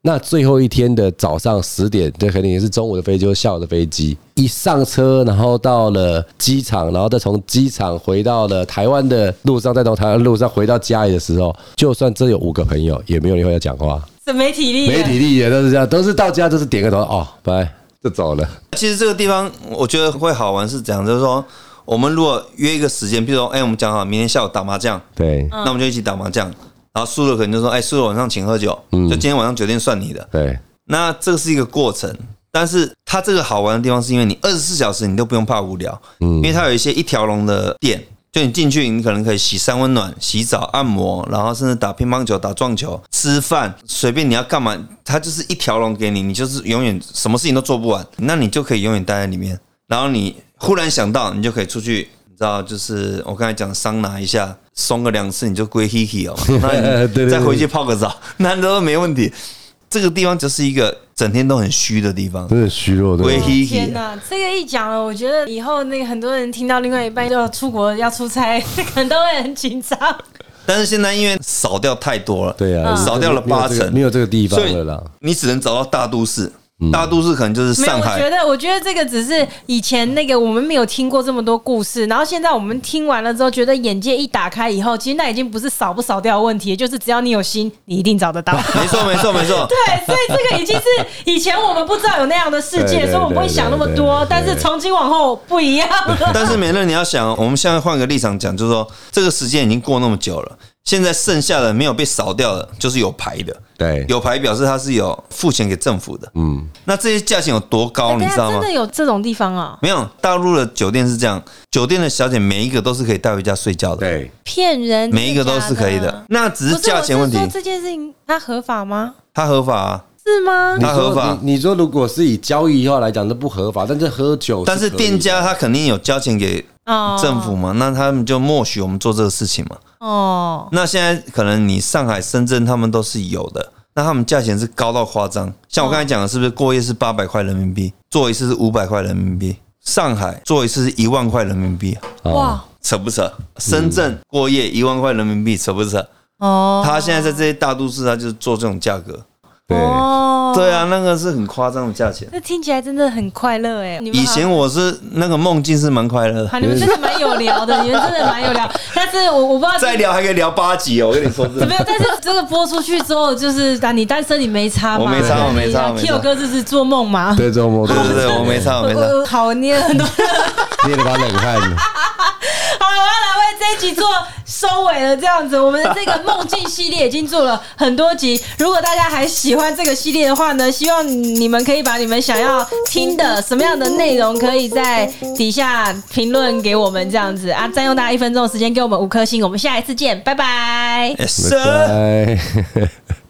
Speaker 3: 那最后一天的早上十点，这肯定是中午的飞机，或下午的飞机。一上车，然后到了机场，然后再从机场回到了台湾的路上，再从台湾的路上回到家里的时候，就算真有五个朋友，也没有人会要讲话，
Speaker 2: 怎么没体力了？啊
Speaker 3: 没体力也都是这样，都是到家就是点个头，哦，拜就走了。
Speaker 1: 其实这个地方我觉得会好玩是这样，就是说我们如果约一个时间，比如说，哎，我们讲好明天下午打麻将，
Speaker 3: 对
Speaker 1: 那我们就一起打麻将。然后输了可能就说，哎，输了晚上请喝酒，
Speaker 3: 嗯
Speaker 1: 就今天晚上酒店算你的。
Speaker 3: 对，
Speaker 1: 那这个是一个过程，但是它这个好玩的地方是因为你二十四小时你都不用怕无聊，因为它有一些一条龙的店，就你进去你可能可以洗三温暖、洗澡、按摩，然后甚至打乒乓球、打撞球、吃饭，随便你要干嘛，它就是一条龙给你，你就是永远什么事情都做不完，那你就可以永远待在里面，然后你忽然想到，你就可以出去。你知道，就是我刚才讲桑拿一下，松个两次你就归 hiki 哦，那
Speaker 3: 对
Speaker 1: 你
Speaker 3: 对对
Speaker 1: 再回去泡个澡，那都没问题。这个地方就是一个整天都很虚的地方，
Speaker 3: 真的虚弱，
Speaker 1: 微
Speaker 3: 对吧。
Speaker 1: 黑
Speaker 2: 天
Speaker 1: 黑。
Speaker 2: 呐，这个一讲了，我觉得以后那个很多人听到另外一半就要出国要出差， 可能都会很紧张。
Speaker 1: 但是现在因为少掉太多了，
Speaker 3: 对
Speaker 2: 嗯
Speaker 3: 啊，
Speaker 1: 嗯少掉了八成，
Speaker 3: 没有这个嗯地方
Speaker 1: 所以
Speaker 3: 了啦。
Speaker 1: 你只能找到大都市，大都市可能就是
Speaker 2: 没有，
Speaker 1: 上
Speaker 2: 我觉
Speaker 1: 海。
Speaker 2: 得，我觉得这个只是以前那个我们没有听过这么多故事，然后现在我们听完了之后，觉得眼界一打开以后，其实那已经不是少不少掉的问题，就是只要你有心，你一定找得到。
Speaker 1: 没 错，没错，没错。
Speaker 2: 对，所以这个已经是以前我们不知道有那样的世
Speaker 3: 对
Speaker 2: 界，
Speaker 3: 对
Speaker 2: 所以我们不会想那么多。
Speaker 3: 对对
Speaker 2: 但
Speaker 3: 对
Speaker 2: 是从今往后不一样 了。
Speaker 1: 但是美乐，你要想，我们现在换个立场讲，就是说这个时间已经过那么久了，现在剩下的没有被扫掉的，就是有牌的。
Speaker 3: 对，
Speaker 1: 有牌表示它是有付钱给政府的。
Speaker 3: 嗯，
Speaker 1: 那这些价钱有多高，
Speaker 2: 哎等
Speaker 1: 你
Speaker 2: 一
Speaker 1: 知
Speaker 2: 下，
Speaker 1: 道
Speaker 2: 真
Speaker 1: 吗？
Speaker 2: 的有这种地方啊？
Speaker 1: 没有，大陆的酒店是这样，酒店的小姐每一个都是可以带回家睡觉的。
Speaker 3: 对，
Speaker 2: 骗人！
Speaker 1: 每一个都是可以
Speaker 2: 真假
Speaker 1: 的，那只
Speaker 2: 不
Speaker 1: 是
Speaker 2: 是
Speaker 1: 价钱问题
Speaker 2: 我是，说这件事情它合法吗？
Speaker 1: 它合法、啊。
Speaker 2: 是吗
Speaker 3: 你？
Speaker 1: 它合
Speaker 3: 说
Speaker 1: 法
Speaker 3: 你你说如果是以交易话来讲，那不合法，但是喝酒可以的，
Speaker 1: 但是店家他肯定有交钱给
Speaker 2: 哦
Speaker 1: 政府嘛，那他们就默许我们做这个事情嘛。
Speaker 2: 哦，
Speaker 1: 那现在可能你上海、深圳他们都是有的，那他们价钱是高到夸张。像
Speaker 2: 哦
Speaker 1: 我刚才讲的，是不是过夜是八百块人民币，做一次是五百块人民币？上海做一次是一万块人民币，啊
Speaker 3: 哦
Speaker 2: 哇，
Speaker 1: 扯不扯？
Speaker 3: 嗯
Speaker 1: 深圳过夜一万块人民币，扯不扯？
Speaker 2: 哦，
Speaker 1: 他现在在这些大都市，他就是做这种价格。
Speaker 3: 对
Speaker 2: 哦，
Speaker 1: 对，啊，那个是很夸张的价钱。
Speaker 2: 这听起来真的很快乐哎。你 们
Speaker 1: 以
Speaker 2: 好
Speaker 1: 前我是那个梦境是蛮快乐的，
Speaker 2: 好，你们真的蛮有聊的，你们真的蛮有聊。但是我我不知道
Speaker 1: 再聊还可以聊八集哦，我跟你说真
Speaker 2: 没
Speaker 1: 的。
Speaker 2: 有，但是这个播出去之后，就是啊，你单身你没差嘛？
Speaker 1: 我没差我没差我没差
Speaker 2: Q 哥啊这是做梦嘛？
Speaker 3: 对周末
Speaker 1: 对 对对，我没差，我没 差。
Speaker 2: 我好念很多。
Speaker 3: 捏了把冷 汗。
Speaker 2: 好了，我要来为这一集做收尾了。这样子，我们的这个梦境系列已经做了很多集。如果大家还喜欢这个系列的话呢，希望你们可以把你们想要听的什么样的内容，可以在底下评论给我们。这样子啊，占用大
Speaker 1: 哎
Speaker 2: 家一分钟的时间，给我们五颗星。我们下一次见，拜拜。
Speaker 1: Yes,
Speaker 3: 拜
Speaker 1: sir.
Speaker 3: 拜。